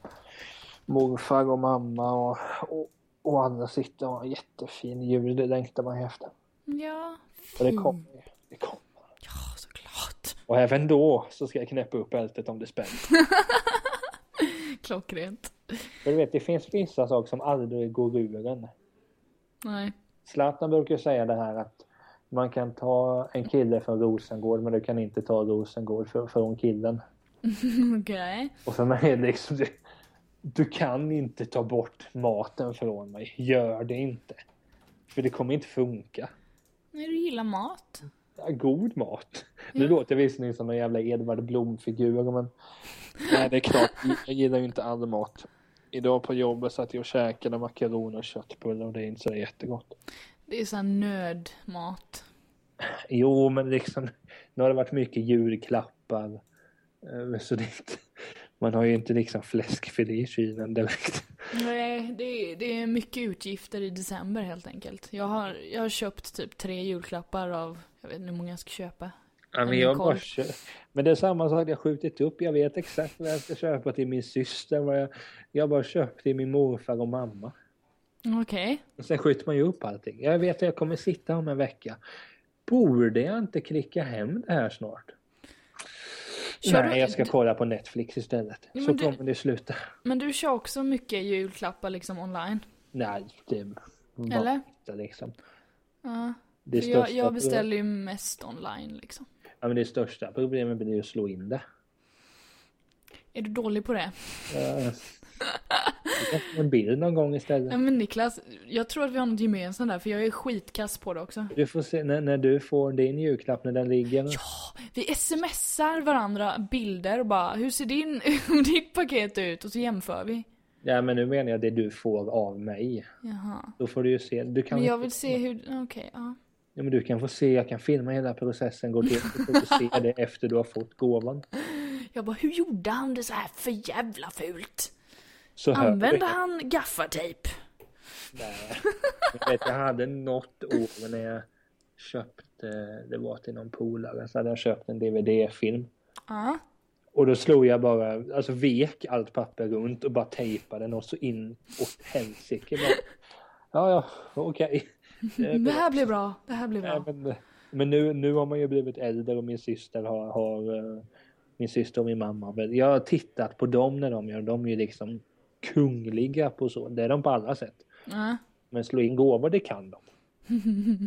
A: morfar och mamma och, och, och alla sitter och har en jättefin jul. Det längtar man ju efter.
B: Ja,
A: Och det
B: fin.
A: kommer. ju. Det kommer.
B: Ja, såklart.
A: Och även då så ska jag knäppa upp bältet om det spänns.
B: Klockrent.
A: För du vet, det finns vissa saker som aldrig går ur en.
B: Nej.
A: Zlatan brukar ju säga det här att man kan ta en kille från Rosengård men du kan inte ta Rosengård fr- från killen.
B: Okej.
A: Och för mig är det liksom det, du kan inte ta bort maten från mig. Gör det inte. För det kommer inte funka.
B: Nej, du gillar mat.
A: Ja, God mat. Nu låter jag visserligen som en jävla Edvard Blom-figur men nej, det är klart, jag gillar ju inte all mat. Idag på jobbet satt jag och käkade makaroner och köttbullar och det är inte så jättegott.
B: Det är sån här nödmat.
A: Jo, men liksom, nu har det varit mycket julklappar. Eh, Så det är inte, man har ju inte liksom fläskfilé i kylen direkt.
B: Nej, det är, det är mycket utgifter i december helt enkelt. Jag har, jag har köpt typ tre julklappar av, jag vet inte hur många jag ska köpa.
A: Ja, men,
B: men
A: jag
B: koll.
A: bara, kö- men det är samma sak, jag har skjutit upp. Jag vet exakt vad jag ska köpa till min syster. Vad jag, jag bara köpte till min morfar och mamma.
B: Okej.
A: Och sen skjuter man ju upp allting. Jag vet att jag kommer sitta om en vecka. Borde jag inte klicka hem det här snart?
B: Kör
A: Nej,
B: du-
A: jag ska
B: d-
A: kolla på Netflix istället.
B: Ja,
A: Så
B: men du-
A: kommer det sluta.
B: Men du kör också mycket julklappar liksom online?
A: Nej, det...
B: Eller?
A: Liksom.
B: Ja.
A: Det
B: För jag,
A: största
B: jag beställer ju mest online liksom.
A: Ja, men det största problemet blir ju att slå in det.
B: Är du dålig på det?
A: Eh, En bild någon gång
B: Ja,
A: istället.
B: men Niklas, jag tror att vi har något gemensamt där för jag är skitkass på det också.
A: Du får se när, när du får din julklapp när den ligger.
B: Vi smsar varandra bilder och bara hur ser din, ditt paket ut? Och så jämför vi.
A: Ja, men nu menar jag det du får av mig.
B: Jaha.
A: Då får du ju se. Du kan,
B: Men jag vill se hur, okej, ja.
A: ja, men du kan få se, jag kan filma hela processen gå till. Du får se det efter du har fått gåvan.
B: Jag bara, hur gjorde han det så här för jävla fult?
A: Så hör
B: Använde
A: du.
B: han gaffatejp?
A: Nej. Jag, vet, jag hade något år när jag köpte, det var till någon polare, så hade jag köpt en DVD-film.
B: Ja.
A: Och då slog jag bara, alltså vek allt papper runt och bara tejpade den och så in åt helsike. bara. Ja, ja, okej.
B: Det här blir bra, det här blir
A: Nej,
B: bra.
A: Men, men nu, nu har man ju blivit äldre och min syster har, har eh, min syster och min mamma. Men jag har tittat på dem när de gör, de är ju liksom kungliga på så, det är de på alla sätt.
B: Ja.
A: Men slå in gåvor, det kan de.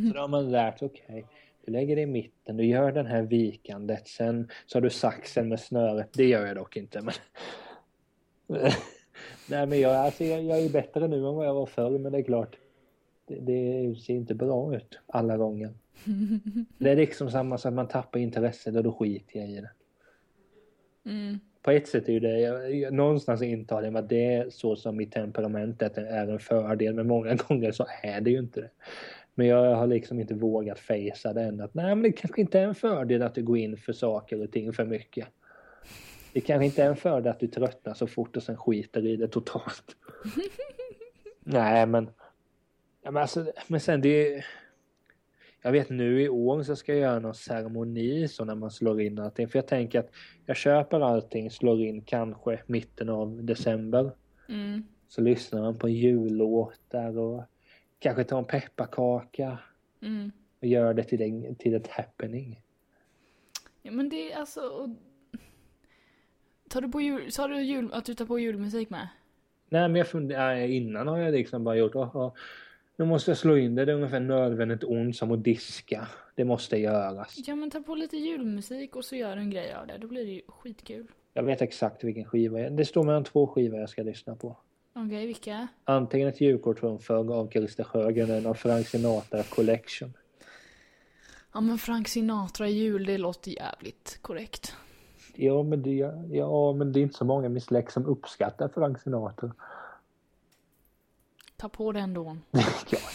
A: Så då har man lärt sig, okej, du lägger det i mitten, du gör den här vikandet, sen så har du saxen med snöret. Det gör jag dock inte, men... Nej, men jag, alltså, jag, jag är bättre nu än vad jag var förr, men det är klart, det, det ser inte bra ut alla gånger. Det är liksom samma sak, man tappar intresset och då skiter jag i det.
B: Mm.
A: På ett sätt är ju det, jag, jag, någonstans intalar jag mig att det är så som mitt temperament att det är en fördel, men många gånger så är det ju inte det. Men jag har liksom inte vågat fejsa det än att nej men det kanske inte är en fördel att du går in för saker och ting för mycket. Det kanske inte är en fördel att du tröttnar så fort och sen skiter i det totalt. nej men, ja, men, alltså, men sen det är ju- jag vet nu i år så ska jag göra någon ceremoni så när man slår in allting. För jag tänker att jag köper allting, slår in kanske mitten av december.
B: Mm.
A: Så lyssnar man på jullåtar och kanske tar en pepparkaka
B: Mm.
A: och gör det till, en, till ett happening.
B: Ja, men det är alltså... Och... Tar du på jul... Sa du jul... att du tar på julmusik med?
A: Nej men jag funderar, innan har jag liksom bara gjort, aha, nu måste jag slå in det, det är ungefär nödvändigt ont som att diska. Det måste göras.
B: Ja men ta på lite julmusik och så gör du en grej av det. Då blir det ju skitkul.
A: Jag vet exakt vilken skiva, jag, det står mellan två skivor jag ska lyssna på.
B: Okej, vilka?
A: Antingen ett julkort från förr av Christer Sjögren eller någon Frank Sinatra Collection.
B: Ja men Frank Sinatra i jul, det låter jävligt korrekt.
A: Ja men, det, ja, men det är inte så många i min släkt som uppskattar Frank Sinatra.
B: Ta på den då.
A: Ja,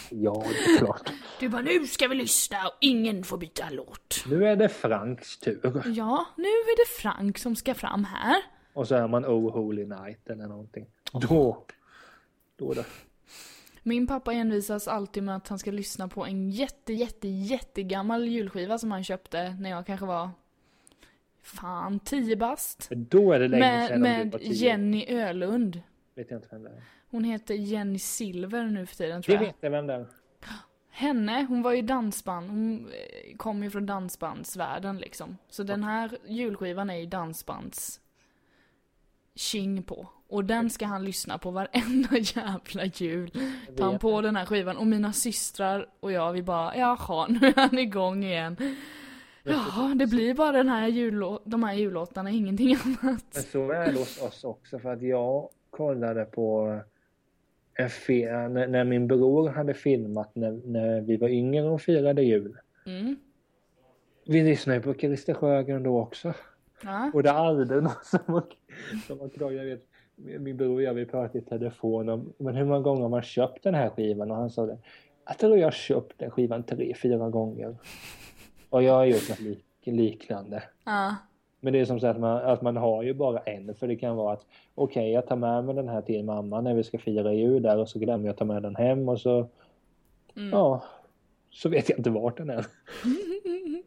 A: ja, det är klart.
B: Du bara nu ska vi lyssna och ingen får byta låt.
A: Nu är det Franks tur.
B: Ja, nu är det Frank som ska fram här.
A: Och så är man Oh Holy Night eller någonting. Då, då det.
B: Min pappa envisas alltid med att han ska lyssna på en jätte, jätte, jättegammal julskiva som han köpte när jag kanske var, fan, 10 bast.
A: Då är det länge
B: Med,
A: sedan om du
B: med
A: var tio.
B: Jenny Ölund.
A: Vet jag inte vem det är.
B: Hon heter Jenny Silver nu för tiden tror
A: Det
B: jag.
A: vet jag vem det är.
B: Henne, hon var ju dansband, hon eh, kom ju från dansbandsvärlden liksom. Så den här julskivan är ju dansbands tjing på. Och den ska han lyssna på varenda jävla jul. Tar han på den här skivan och mina systrar och jag vi bara jaha nu är han igång igen. Jaha det blir bara den här jullå- de här jullåtarna, ingenting
A: Men
B: annat.
A: så är det hos oss också för att jag kollade på en film, när när min bror hade filmat när, när vi var yngre och firade jul.
B: Mm.
A: Vi lyssnade ju på Christer Sjögren då också.
B: Ja.
A: Och det är aldrig någon som har, som har klagat. Jag vet, min bror och jag vi pratade i telefon om men hur många gånger har man köpt den här skivan och han sa det. Jag tror jag har köpt den skivan tre, fyra gånger. Och jag har gjort något lik, liknande.
B: ja.
A: Men det är som så att man, att man har ju bara en för det kan vara att okej jag tar med mig den här till mamma när vi ska fira jul där och så glömmer jag ta med den hem och så
B: Mm.
A: ja så vet jag inte vart den är.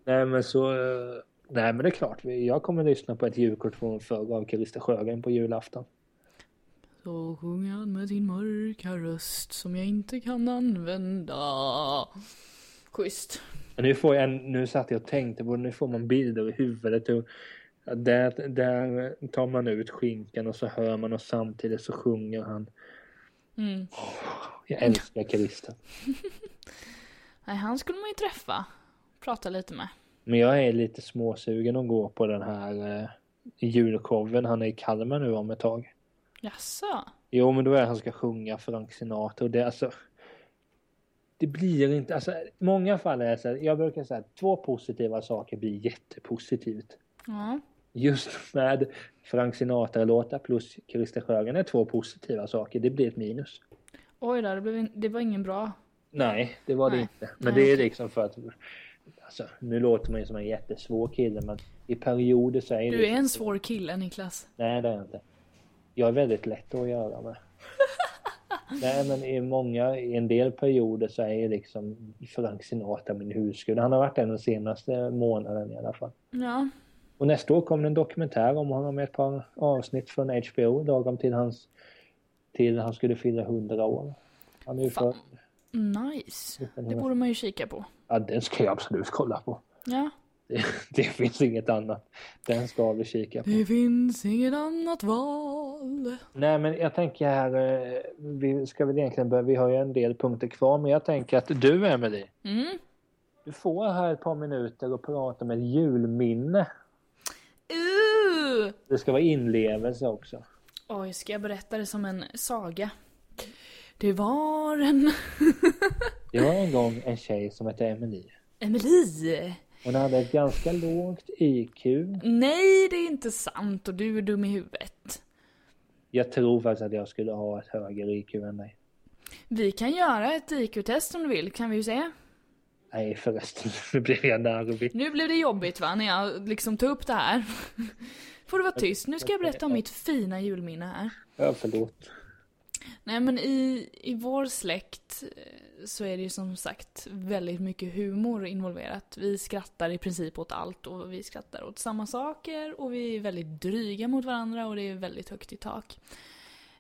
A: nej men så eh, nej men det är klart vi- jag kommer lyssna på ett julkort från förr av Christer Sjögren på julafton.
B: Så sjunger han med sin mörka röst som jag inte kan använda. Schysst.
A: Men Nu får jag en, nu satt jag och tänkte på det, nu får man bilder i huvudet och ja, där, där tar man ut skinkan och så hör man och samtidigt så sjunger han.
B: Mm.
A: Jag älskar Christer.
B: Nej, han skulle man ju träffa. Prata lite med.
A: Men jag är lite småsugen att gå på den här eh, julkoven. Han är i Kalmar nu om ett tag.
B: Jaså?
A: Jo, men då är han ska sjunga Frank Sinatra och det är alltså. Det blir inte, alltså i många fall är det så här, jag brukar säga att två positiva saker blir jättepositivt.
B: Ja.
A: Just med Frank Sinatra-låtar plus Christer Sjögren är två positiva saker, det blir ett minus.
B: Oj då, det, blev in... det var ingen bra.
A: Nej, det var det
B: Nej.
A: inte. Men
B: Nej,
A: det är
B: okej.
A: liksom för att, alltså nu låter man ju som en jättesvår kille men i perioder så är
B: Du
A: det
B: är en svår kille Niklas.
A: Nej, det är jag inte. Jag är väldigt lätt att göra med. Nej, men i många, i en del perioder så är ju liksom Frank Sinatra min husgud. Han har varit det den senaste månaden i alla fall.
B: Ja.
A: Och nästa år kommer en dokumentär om honom med ett par avsnitt från HBO lagom till hans till han skulle fylla 100 år. Han är ju
B: Fan.
A: för,
B: Nice. Det borde man ju kika på.
A: ja, den ska jag absolut kolla på.
B: Ja.
A: Det, det finns inget annat. Den ska vi kika på.
B: Det finns inget annat val.
A: Nej, men jag tänker här, eh, vi ska väl egentligen börja, vi har ju en del punkter kvar, men jag tänker att du Emelie,
B: Mm.
A: du får här ett par minuter och prata om ett julminne.
B: Uh!
A: Det ska vara inlevelse också.
B: Oj, ska jag berätta det som en saga? Det var en...
A: Det var en gång en tjej som hette Emelie.
B: Emelie!
A: Hon hade ett ganska lågt IQ.
B: Nej, det är inte sant och du är dum i huvudet.
A: Jag tror faktiskt att jag skulle ha ett högre IQ än dig.
B: Vi kan göra ett IQ-test om du vill, kan vi ju säga.
A: Nej förresten, nu blir jag nervig.
B: Nu blev det jobbigt va, när jag liksom tog upp det här. Får du vara tyst, nu ska jag berätta om mitt fina julminne här.
A: Ja, förlåt.
B: Nej men i, i vår släkt eh, så är det ju som sagt väldigt mycket humor involverat. Vi skrattar i princip åt allt och vi skrattar åt samma saker och vi är väldigt dryga mot varandra och det är väldigt högt i tak.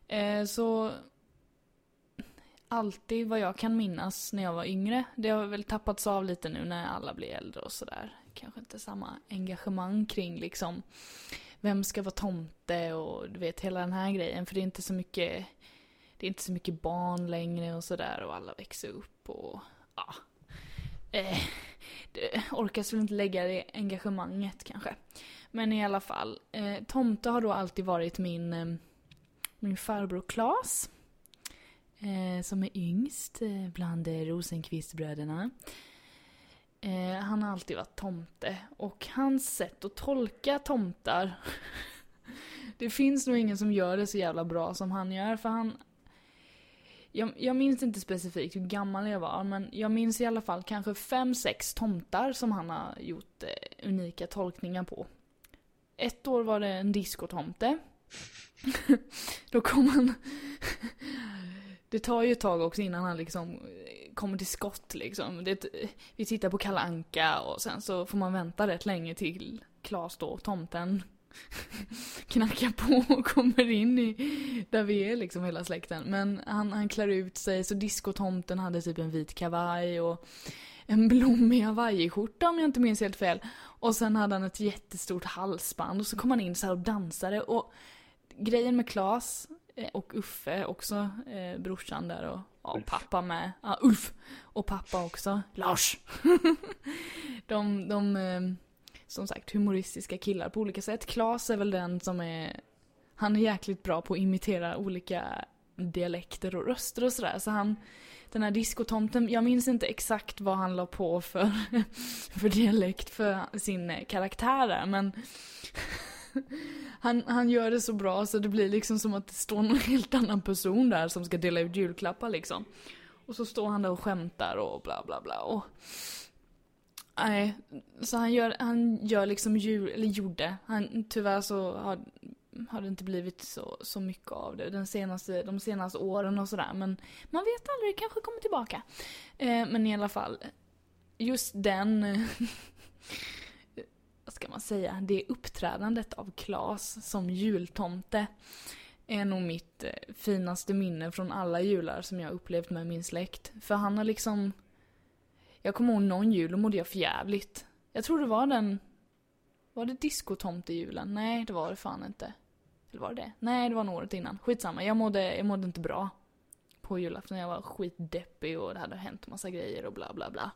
B: Eh, så alltid vad jag kan minnas när jag var yngre, det har väl tappats av lite nu när alla blir äldre och sådär. Kanske inte samma engagemang kring liksom vem ska vara tomte och du vet hela den här grejen för det är inte så mycket det är inte så mycket barn längre och sådär och alla växer upp och ja. Eh, det orkas väl inte lägga det engagemanget kanske. Men i alla fall, eh, tomte har då alltid varit min, eh, min farbror Klas. Eh, som är yngst eh, bland eh, Rosenqvistbröderna. Eh, han har alltid varit tomte. Och hans sätt att tolka tomtar. det finns nog ingen som gör det så jävla bra som han gör. För han... Jag, jag minns inte specifikt hur gammal jag var. Men jag minns i alla fall kanske fem, sex tomtar som han har gjort eh, unika tolkningar på. Ett år var det en diskotomte. Då kom han... Det tar ju ett tag också innan han liksom kommer till skott liksom. Det, är ett- vi tittar på Kalanka och sen så får man vänta rätt länge till Klas då, tomten, knackar på och kommer in i där vi är liksom hela släkten. Men han, han klär ut sig så diskotomten hade typ en vit kavaj och en blommig hawaiiskjorta om jag inte minns helt fel. Och sen hade han ett jättestort halsband och så kom han in så här och dansade och grejen med Klas eh, och Uffe också, eh, brorsan där och, ja, och
A: Ulf.
B: pappa med. Ja, Ulf! Och pappa också. Lars! de, de, eh, som sagt, humoristiska killar på olika sätt. Klas är väl den som är, han är jäkligt bra på att imitera olika dialekter och röster och sådär. Så han, den här diskotomten, jag minns inte exakt vad han la på för, för dialekt för sin eh, karaktär där, men han, han gör det så bra så det blir liksom som att det står någon helt annan person där som ska dela ut julklappar liksom. Och så står han där och skämtar och bla bla bla och... Nej, så han gör, han gör liksom jul, eller gjorde, han, tyvärr så har, har det inte blivit så, så mycket av det den senaste, de senaste åren och sådär men man vet aldrig, det kanske kommer tillbaka. Eh, men i alla fall, just den, eh, vad ska man säga, det uppträdandet av Klas som jultomte är nog mitt eh, finaste minne från alla jular som jag upplevt med min släkt. För han har liksom, jag kommer ihåg någon jul, då mådde jag förjävligt. Jag tror det var den, var det diskotomtejulen? Nej, det var det fan inte. Eller var det det? Nej, det var nog året innan. Skitsamma, jag mådde, jag mådde inte bra på julafton. Jag var skitdeppig och det hade hänt massa grejer och bla bla bla.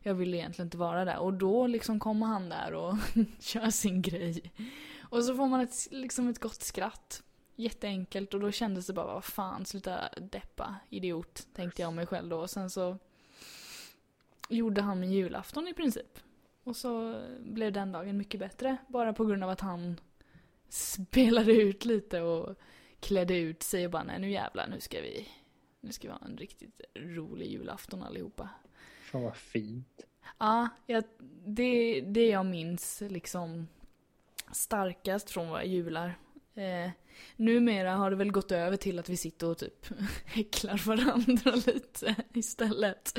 B: Jag ville egentligen inte vara där och då liksom kommer han där och kör sin grej. Och så får man ett, liksom ett gott skratt. Jätteenkelt och då kändes det bara, vad fan, sluta deppa, idiot, tänkte jag om mig själv då. Och sen så gjorde han min julafton i princip. Och så blev den dagen mycket bättre, bara på grund av att han spelade ut lite och klädde ut sig och bara, nej nu jävlar, nu ska vi, nu ska vi ha en riktigt rolig julafton allihopa.
A: Fan vad fint.
B: Ja, jag, det, det jag minns liksom starkast från våra jular. Eh, numera har det väl gått över till att vi sitter och typ häcklar varandra lite istället.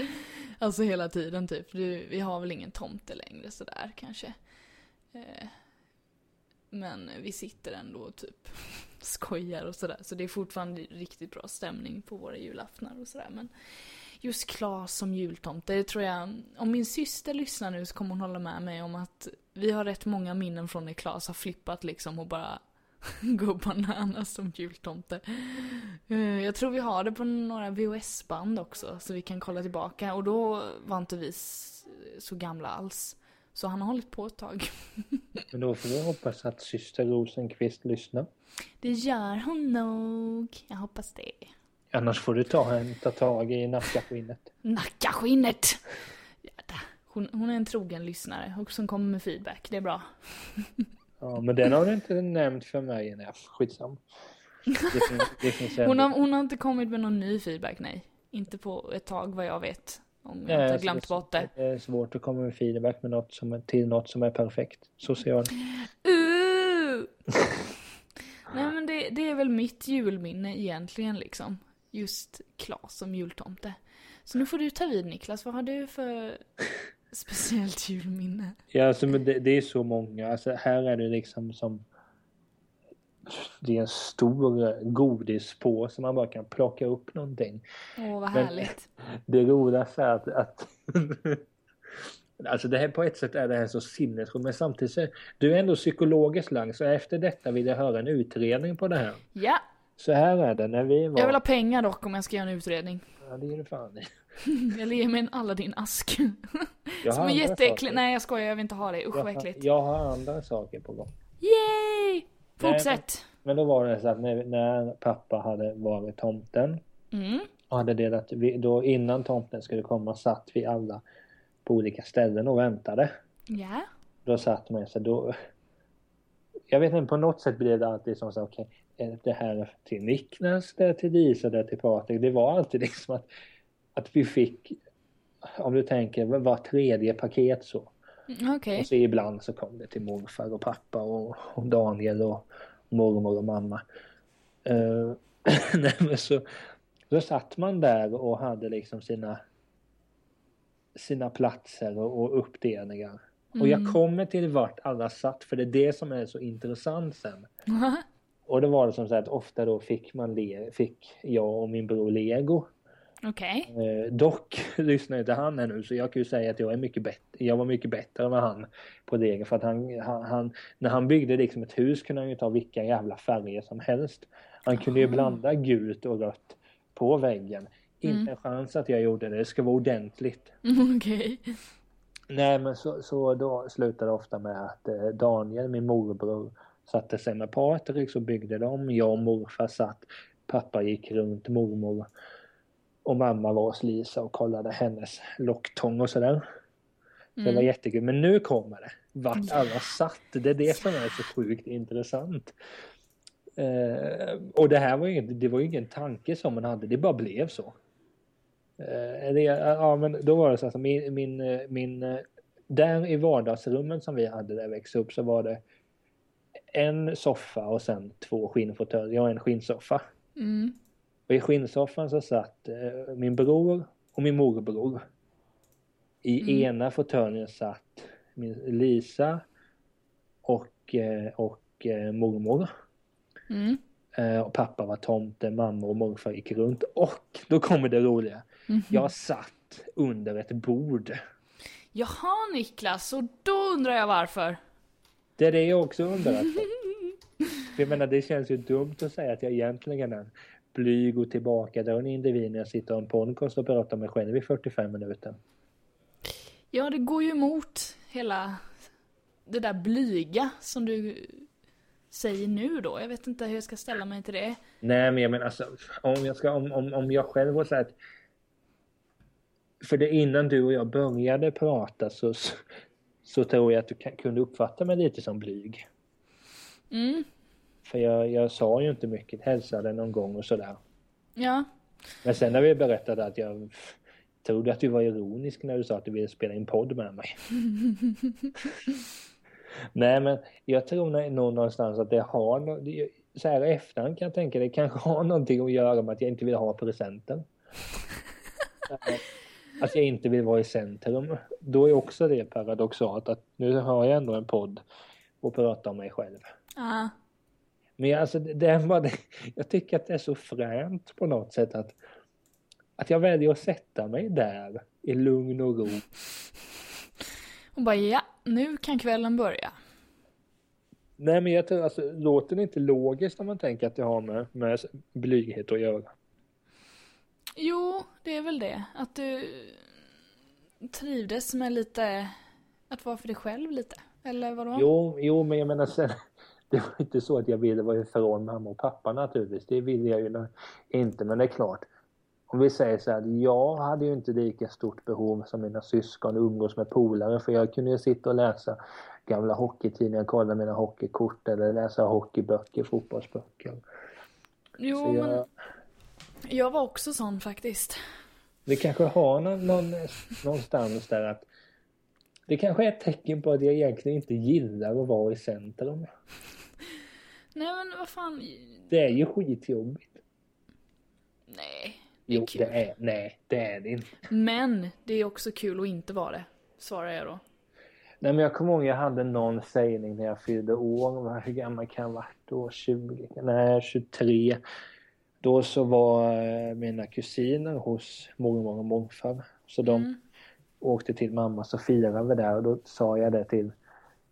B: Alltså hela tiden typ. Du, vi har väl ingen tomte längre sådär kanske. Eh, men vi sitter ändå och typ skojar och sådär. Så det är fortfarande riktigt bra stämning på våra julaftnar och sådär. Men just Klas som jultomte, det tror jag... Om min syster lyssnar nu så kommer hon hålla med mig om att vi har rätt många minnen från när Klas har flippat liksom och bara går bananas som jultomte. Eh, Jag tror vi har det på några VHS-band också så vi kan kolla tillbaka och då var inte vi s- så gamla alls. Så han har hållit på ett tag.
A: Men då får vi hoppas att syster Rosenqvist lyssnar.
B: Det gör hon nog. Jag hoppas det.
A: Annars får du ta, en, ta tag i nackaskinnet.
B: Nackaskinnet! Jädra. Hon, hon är en trogen lyssnare och som kommer med feedback. Det är bra.
A: Ja, men den har du inte nämnt för mig än. Ja, Skitsam. Det finns, det finns
B: Hon
A: ändå-
B: har, hon har inte kommit med någon ny feedback, nej. Inte på ett tag vad jag vet. Om jag
A: Nej,
B: inte har
A: alltså,
B: glömt bort det.
A: Det är svårt att komma med feedback med något som är, till något som är perfekt. Så ser jag det.
B: Uh! nej men det, det är väl mitt julminne egentligen liksom. Just Klas som jultomte. Så nu får du ta vid Niklas. Vad har du för speciellt julminne?
A: Ja, alltså, men det, det är så många. Alltså, här är det liksom som... Det är en stor godispåse man bara kan plocka upp någonting.
B: Åh vad
A: Men-
B: härligt.
A: Det roligaste är att... att alltså det här, på ett sätt är det här så sinnessjukt men samtidigt så... Du är ändå psykologisk Lang så efter detta vill jag höra en utredning på det här.
B: Ja,
A: Så här är det när vi var...
B: jag vill ha pengar dock om jag ska göra en utredning.
A: Ja, det är det fan i.
B: Eller ge mig en Aladdin-ask.
A: Jag har
B: Som är
A: andra
B: jätteäcklig.
A: saker.
B: Nej jag skojar, jag vill inte ha det. Usch
A: jag,
B: vad
A: har,
B: äckligt.
A: jag har andra saker på gång.
B: Yay! Fortsätt.
A: Men då var det så att när, när pappa hade varit tomten
B: Mm.
A: och hade delat, vi, då innan tomten skulle komma satt vi alla på olika ställen och väntade.
B: Ja.
A: Då satt man så då... Jag vet inte, på något sätt blev det alltid som så här, okej, är det här till Niklas, det är till Lisa, det är till Patrik. Det var alltid liksom att, att vi fick, om du tänker, var tredje paket så.
B: Mm, Okej.
A: Och så ibland så kom det till morfar och pappa och, och Daniel och mormor och mamma. Eh, nej, men så, så satt man där och hade liksom sina, sina platser och, och uppdelningar. Och
B: Mm.
A: jag kommer till vart alla satt för det är det som är så intressant sen. Och då var det som så här att ofta då fick man le, fick jag och min bror lego.
B: Okej.
A: Eh, dock lyssnar inte han här nu så jag kan ju säga att jag, är mycket bett- jag var mycket bättre än vad han på Degen för att han, han, han, när han byggde liksom ett hus kunde han ju ta vilka jävla färger som helst. Han kunde ju blanda gult och rött på väggen. Inte en chans att jag gjorde det, det ska vara ordentligt.
B: Mm, Okej.
A: Nej men så, så då slutade det ofta med att eh, Daniel, min morbror, satte sig med Patrik så byggde de. Jag och morfar satt. Pappa gick runt mormor och mamma var hos Lisa och kollade hennes locktång och sådär. Det
B: Mm.
A: var jättekul. Men nu kommer det. Vart alla satt. Det är det som är så sjukt intressant. Eh, och det här var ju, inte- det var ju ingen tanke som man hade. Det bara blev så. Eh, det, ja, men då var det så att min, min, eh, min... eh, Där i vardagsrummen som vi hade där jag växte upp så var det en soffa och sen två skinnfåtöljer och en skinnsoffa.
B: Mm.
A: Och i skinnsoffan så satt eh, min bror och min morbror. I ena fåtöljen satt min Lisa och, eh, och eh, mormor.
B: Mm.
A: Eh, och pappa var tomte, mamma och morfar gick runt. Och då kommer det roliga. Jag satt under ett bord.
B: Jaha Niklas, och då undrar jag varför.
A: Det är det jag också undrar. efter. För jag menar, det känns ju dumt att säga att jag egentligen är en blyg och tillbakadragen individ när jag sitter i en podcast och pratar om mig själv i 45 minuter.
B: Ja, det går ju emot hela det där blyga som du säger nu då. Jag vet inte hur jag ska ställa mig till det.
A: Nej, men jag menar alltså, om jag, ska, om, om, om jag själv var så här att... För det innan du och jag började prata så, så, så tror jag att du kan, kunde uppfatta mig lite som blyg.
B: Mm.
A: För jag, jag sa ju inte mycket, hälsade någon gång och sådär.
B: Ja.
A: Men sen när vi berättade att jag trodde att du var ironisk när du sa att du ville spela in podd med mig. Nej men jag tror nå- nog någonstans att det har nå- det- så här i efterhand kan jag tänka det kanske har någonting att göra med att jag inte vill ha presenten. att jag inte vill vara i centrum. Då är också det paradoxalt att nu har jag ändå en podd och pratar om mig själv.
B: Ah.
A: Men jag, alltså, det- det är bara, det- jag tycker att det är så fränt på något sätt att, att jag väljer att sätta mig där i lugn och ro.
B: Och bara ja, nu kan kvällen börja.
A: Nej men jag tror, alltså, låter det inte logiskt om man tänker att det har med, med blyghet att göra?
B: Jo, det är väl det. Att du trivdes med lite, att vara för dig själv lite. Eller vadå?
A: Jo, jo men jag menar sen, det var inte så att jag ville vara ifrån mamma och pappa naturligtvis, det ville jag ju na- inte men det är klart. Om vi säger så här, jag hade ju inte lika stort behov som mina syskon att umgås med polare för jag kunde ju sitta och läsa gamla hockeytidningar, kolla mina hockeykort eller läsa hockeyböcker, fotbollsböcker.
B: Jo,
A: Så
B: men
A: jag,
B: jag var också sån faktiskt.
A: det kanske har någon, någon, någonstans där att det kanske är ett tecken på att jag egentligen inte gillar att vara i centrum.
B: Nej men vad fan,
A: Det är ju skitjobbigt.
B: nej. Det är
A: Jo,
B: kul.
A: det är, nej, det är det inte.
B: Men det är också kul att inte vara det, svarar jag då.
A: Nej, men jag kommer ihåg jag hade någon sägning när jag fyllde år. Vad- Hur gammal kan jag ha varit då? 20? Nej, 23. Då så var eh, mina kusiner hos mormor och morfar. Så de
B: Mm.
A: åkte till mamma så firade vi där och då sa jag det till,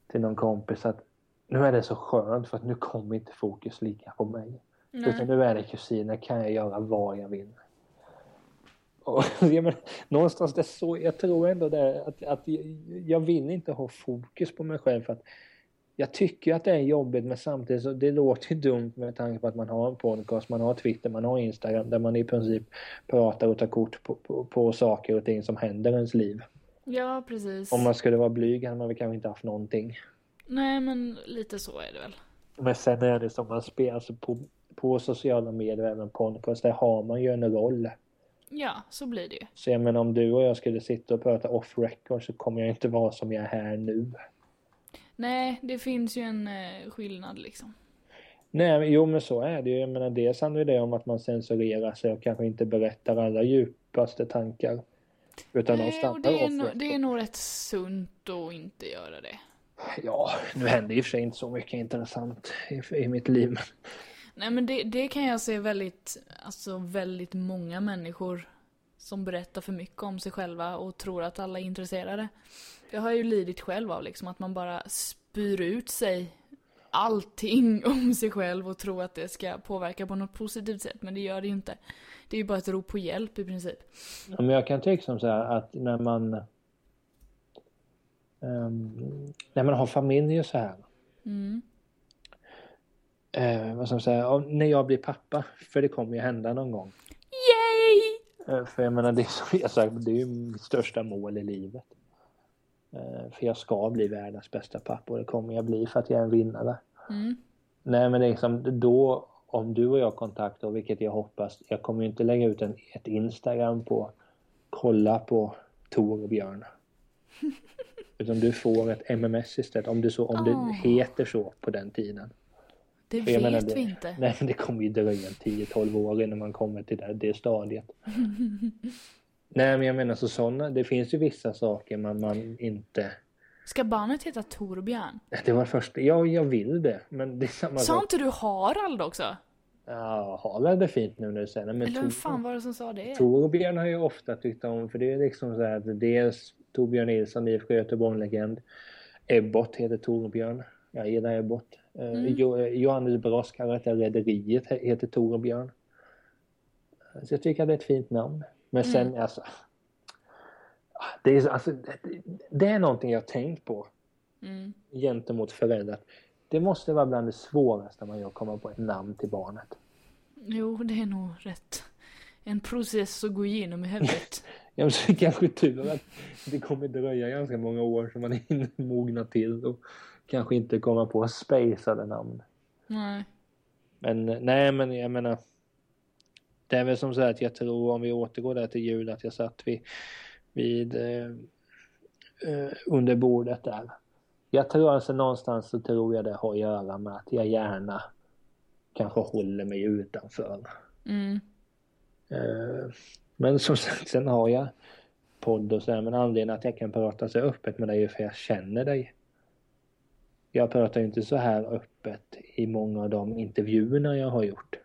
A: till någon kompis att nu är det så skönt för att nu kommer inte fokus ligga på mig. Utan nu är det kusiner, kan jag göra vad jag vill. Och, jag men, någonstans det är så, jag tror ändå det, att, att jag- jag vill inte ha fokus på mig själv för att jag tycker att det är jobbigt men samtidigt så det låter ju dumt med tanke på att man har en podcast, man har Twitter, man har Instagram där man i princip pratar och tar kort på, på, på saker och ting som händer i ens liv.
B: Ja, precis.
A: Om man skulle vara blyg hade man väl kanske inte haft någonting.
B: Nej, men lite så är det väl.
A: Men sen är det som man spelar, alltså på, på sociala medier och även podcast, där har man ju en roll.
B: Ja, så blir det ju.
A: Så jag menar om du och jag skulle sitta och prata off record så kommer jag inte vara som jag är här nu.
B: Nej, det finns ju en eh, skillnad liksom.
A: Nej, men- jo men så är det ju. Jag menar dels handlar det om att man censurerar sig och kanske inte berättar alla djupaste tankar. Utan de
B: Nej, och
A: stannar
B: det är,
A: off
B: nog,
A: record.
B: det är nog rätt sunt att inte göra det.
A: Ja, nu händer i och för sig inte så mycket intressant i, i mitt liv. men-
B: Nej men det, det kan jag se väldigt, alltså väldigt många människor som berättar för mycket om sig själva och tror att alla är intresserade. Jag har ju lidit själv av liksom att man bara spyr ut sig allting om sig själv och tror att det ska påverka på något positivt sätt men det gör det ju inte. Det är ju bara ett rop på hjälp i princip.
A: Ja, Men jag kan tycka som så här att när man ehm, när man har familj och så här.
B: Mm.
A: Eh, vad ska man säga? Ja, När jag blir pappa, för det kommer ju hända någon gång.
B: Yay!
A: Eh, För jag menar, det är, som jag sagt, det är ju mitt största mål i livet. Eh, För jag ska bli världens bästa pappa och det kommer jag bli för att jag är en vinnare.
B: Mm.
A: Nej men det är liksom då, om du och jag kontaktar, och vilket jag hoppas, jag kommer ju inte lägga ut en, ett Instagram på kolla på Tor och Björn. Utan du får ett MMS istället, om, du så, om
B: Åh.
A: det heter så på den tiden.
B: Det
A: För jag
B: vet
A: menar,
B: vi
A: det-
B: inte.
A: Nej men det kommer ju dröja 10-12 år innan man kommer till det, det stadiet. Nej men jag menar så sådana, det finns ju vissa saker man, man inte...
B: Ska barnet heta Torbjörn?
A: Det var först, ja jag vill det men det är samma
B: Sa
A: sak.
B: inte du Harald också?
A: Ja, Harald är fint nu när du säger det. Men
B: Eller vem
A: Tor-
B: fan var det som sa det?
A: Torbjörn har ju ofta tyckt om, för det är liksom så här att dels Torbjörn Nilsson, IFK Göteborg-legend. Ebbot heter Torbjörn. Jag gillar Ebbot. Eh, Jo, eh, Johannes Brosk, karaktär Rederiet, he- heter Torbjörn. Så jag tycker att det är ett fint namn. Men sen alltså. Det är, alltså, det, det är någonting jag har tänkt på
B: Mm.
A: gentemot föräldrar. Det måste vara bland det svåraste man gör, att komma på ett namn till barnet.
B: Jo, det är nog rätt. En process att gå igenom i huvudet.
A: Ja, men så är det kanske tur att det kommer dröja ganska många år så man hinner mogna till och kanske inte komma på spejsade namn.
B: Nej.
A: Men eh, nej, men jag menar. Det är väl som så här att jag tror om vi återgår där till jul att jag satt vid, vid eh, eh, under bordet där. Jag tror alltså någonstans så tror jag det har att göra med att jag gärna kanske håller mig utanför.
B: Mm.
A: Eh, Men som sagt, sen har jag podd och sådär. Men anledningen att jag kan prata så öppet med dig är ju för jag känner dig. Jag pratar ju inte så här öppet i många av de intervjuerna jag har gjort.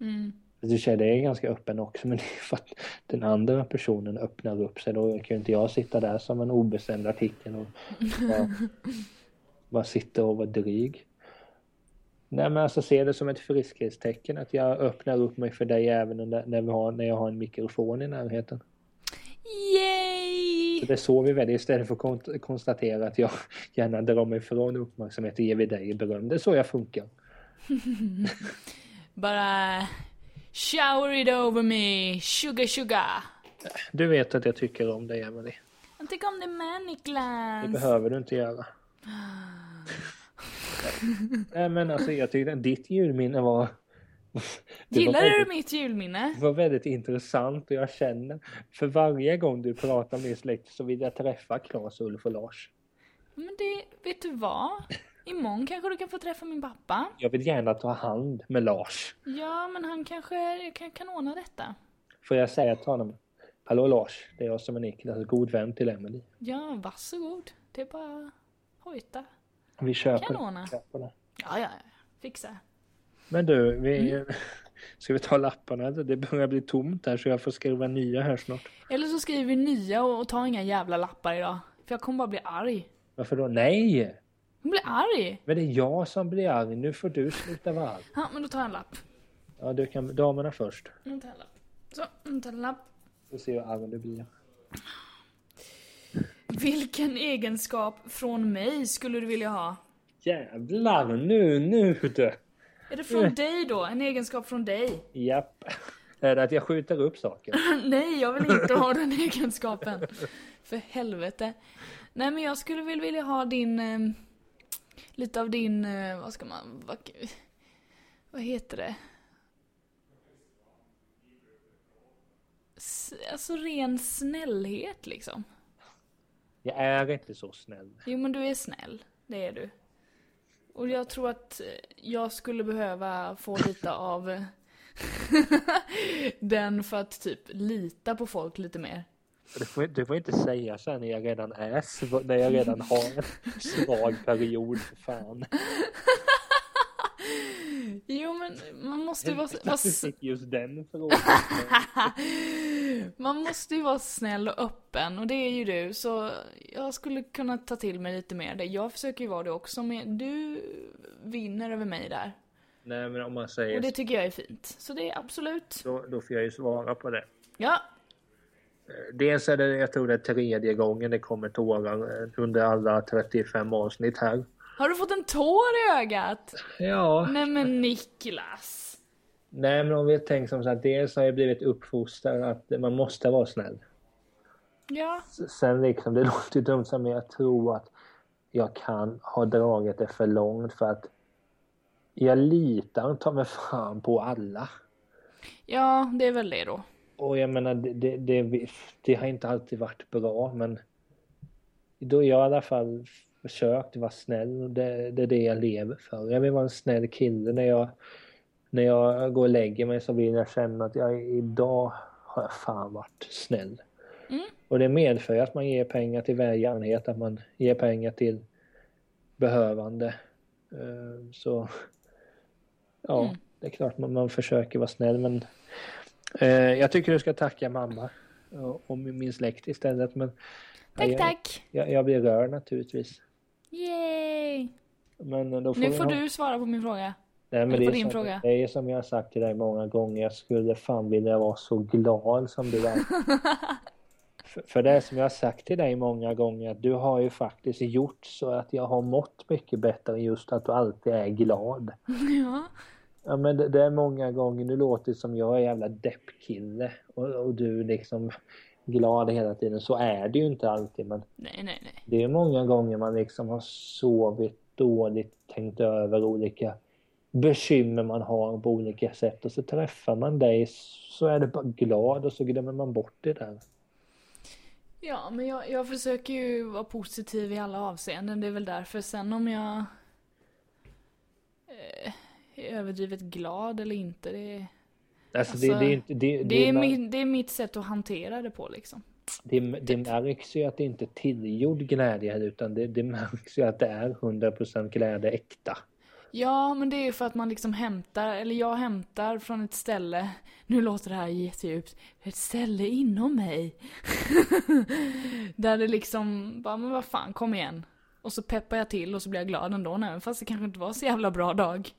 B: Mm.
A: Alltså, Du säger det är ganska öppen också men det är för att den andra personen öppnar upp sig. Då kan ju inte jag sitta där som en obestämd artikel och bara, bara sitta och vara dryg. Nej men alltså se det som ett friskhetstecken att jag öppnar upp mig för dig även när, när, vi har, när jag har en mikrofon i närheten.
B: Yay!
A: Det är så vi väljer istället för att kont- konstatera att jag gärna drar mig från uppmärksamhet och ger vi dig beröm. Det är så jag funkar.
B: Bara shower it over me, sugar sugar.
A: Du vet att jag tycker om dig Emelie.
B: Jag tycker om det med
A: Det
B: Niklas.
A: behöver du inte göra. Nej men alltså jag tyckte att ditt julminne var... Det var
B: Gillar du
A: väldigt,
B: mitt julminne?
A: var väldigt intressant och jag känner för varje gång du pratar med din släkt så vill jag träffa Claes, Ulf och Lars.
B: Men det, vet du vad? Imorgon kanske du kan få träffa min pappa.
A: Jag vill gärna ta hand med Lars.
B: Ja, men han kanske jag kan, kan ordna detta.
A: Får jag säga till honom? Hallå Lars, det är jag som är Niklas, god vän till Emelie.
B: Ja, varsågod. Det är bara hojta.
A: Vi köper,
B: Kan ordna.
A: köper det.
B: Ja, ja, ja. Fixa.
A: Men du, vi, ska vi ta lapparna? Det börjar bli tomt här så jag får skriva nya här snart.
B: Eller så skriver vi nya och, och tar inga jävla lappar idag. För jag kommer bara bli arg.
A: Varför då? Nej!
B: Jag blir arg!
A: Men det är jag som blir arg. Nu får du sluta vara arg.
B: Ja, men då tar jag en lapp.
A: Ja, du kan damerna först.
B: Nu tar jag en lapp. Så, nu tar jag en lapp.
A: Får se hur arg du blir.
B: Vilken egenskap från mig skulle du vilja ha?
A: Jävlar, nu, nu du!
B: Är det från dig då? En egenskap från dig?
A: Japp. Är det att jag skjuter upp saker?
B: Nej, jag vill inte ha den egenskapen. För helvete. Nej, men jag skulle väl vilja ha din... Eh, lite av din... Eh, vad ska man... Vad, vad heter det? S- alltså ren snällhet liksom.
A: Jag är inte så snäll.
B: Jo, men du är snäll. Det är du. Och jag tror att eh, jag skulle behöva få lite av eh, den för att typ lita på folk lite mer.
A: Du får, du får inte säga så här när jag redan är sv- när jag redan har en svag period. för Fan.
B: Alltså, Jo, men man måste ju vara, vara,
A: Att du
B: s-
A: fick just den frågan.
B: man måste ju vara snäll och öppen och det är ju du. Så jag skulle kunna ta till mig lite mer det. Jag försöker ju vara det också, men du vinner över mig där.
A: Nej men om man
B: Och
A: säger
B: det
A: så,
B: tycker jag är fint. Så det är absolut.
A: då, då får jag ju svara på det.
B: Ja,
A: Dels är det, jag tror det är tredje gången det kommer tårar eh, under alla 35 avsnitt här.
B: har du fått en tår i ögat?
A: Ja.
B: Nej men Niklas.
A: Nej men om vi tänker som så här, dels har jag blivit uppfostrad att man måste vara snäll.
B: Ja.
A: Sen liksom, det låter ju dumt men jag tror att jag kan ha dragit det för långt för att jag litar inte ta mig fan på alla.
B: Ja, det är väl det då.
A: Och jag menar, det, det, det, det har inte alltid varit bra men då jag i alla fall försökt vara snäll och det, det är det jag lever för. Jag vill vara en snäll kille när jag, när jag går och lägger mig så vill jag känna att jag idag har jag fan varit snäll.
B: Mm.
A: Och det medför ju att man ger pengar till välgörenhet, att man ger pengar till behövande. Eh, Så ja,
B: Mm.
A: det är klart man, man försöker vara snäll men eh, jag tycker du ska tacka mamma och, och min min släkt istället men
B: Tack,
A: jag,
B: tack.
A: Jag, jag blir rörd naturligtvis.
B: Yay.
A: Men då får
B: Nu
A: vi
B: får
A: ha-
B: du svara på min fråga.
A: Nej, men
B: eller
A: det,
B: på
A: är
B: din
A: som,
B: fråga.
A: det är som jag har sagt till dig många gånger. Jag skulle fan vilja vara så glad som du är. för, för det är som jag har sagt till dig många gånger. Att du har ju faktiskt gjort så att jag har mått mycket bättre. Just att du alltid är glad.
B: Ja.
A: Ja men det, det är många gånger du låter som jag är en jävla deppkille. Och, och du liksom glad hela tiden. Så är det ju inte alltid. Men
B: Nej, nej, nej.
A: det är många gånger man liksom har sovit dåligt, tänkt över olika bekymmer man har på olika sätt och så träffar man dig så är det bara glad och så glömmer man bort det där.
B: Ja, men jag, jag försöker ju vara positiv i alla avseenden. Det är väl därför. Sen om jag eh, är överdrivet glad eller inte, det, det,
A: Alltså, det,
B: Alltså,
A: det, är inte- det, det,
B: är,
A: mär-
B: min, det är mitt sätt att hantera det på liksom.
A: det, det märks ju att det inte är tillgjord glädje här, utan det, det märks ju att det är 100% glädje äkta.
B: Ja, men det är ju för att man liksom hämtar, eller jag hämtar från ett ställe, nu låter det här jättedjupt, ett ställe inom mig. Där det liksom, bara men vad fan, kom igen. Och så peppar jag till och så blir jag glad ändå, även fast det kanske inte var så jävla bra dag.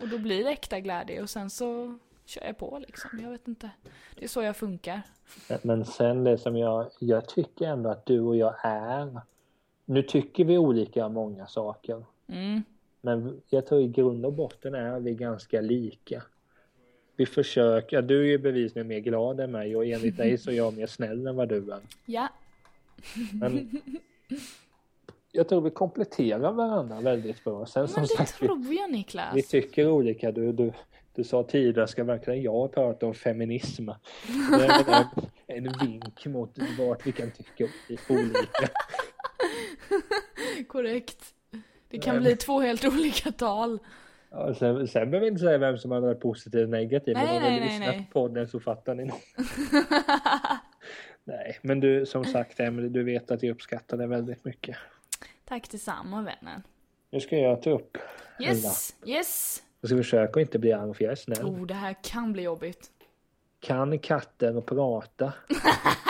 B: Och då blir det äkta glädje och sen så kör jag på liksom, jag vet inte. Det är så jag funkar.
A: Men- Men sen det som jag, jag tycker ändå att du och jag är, nu tycker vi olika om många saker.
B: Mm.
A: Men jag tror i grund och botten är vi ganska lika. Vi försöker, ja, du är ju bevisligen mer glad än mig och enligt dig så är jag mer snäll än vad du är.
B: Ja,
A: Men jag tror vi kompletterar varandra väldigt bra. Sen som
B: men det
A: sagt, vi,
B: tror jag Niklas.
A: vi tycker olika. Du, du, du sa tidigare, ska verkligen jag prata om feminism? Det är väl en, en vink mot vart vi kan tycka olika.
B: Korrekt. Det
A: Nej,
B: kan
A: men-
B: bli två helt olika tal.
A: Ja, sen, sen behöver vi inte säga vem som hade varit positiv och negativ.
B: Nej,
A: men om
B: nej,
A: ni
B: nej,
A: lyssnar
B: nej.
A: på podden så fattar ni nog. Nej, men du som sagt Emelie, du vet att jag uppskattar det väldigt mycket.
B: Tack detsamma vännen.
A: Nu ska jag ta upp.
B: Yes, yes.
A: Jag ska försöka att inte bli arg för jag är snäll.
B: Oh, det här kan bli jobbigt.
A: Kan katten prata?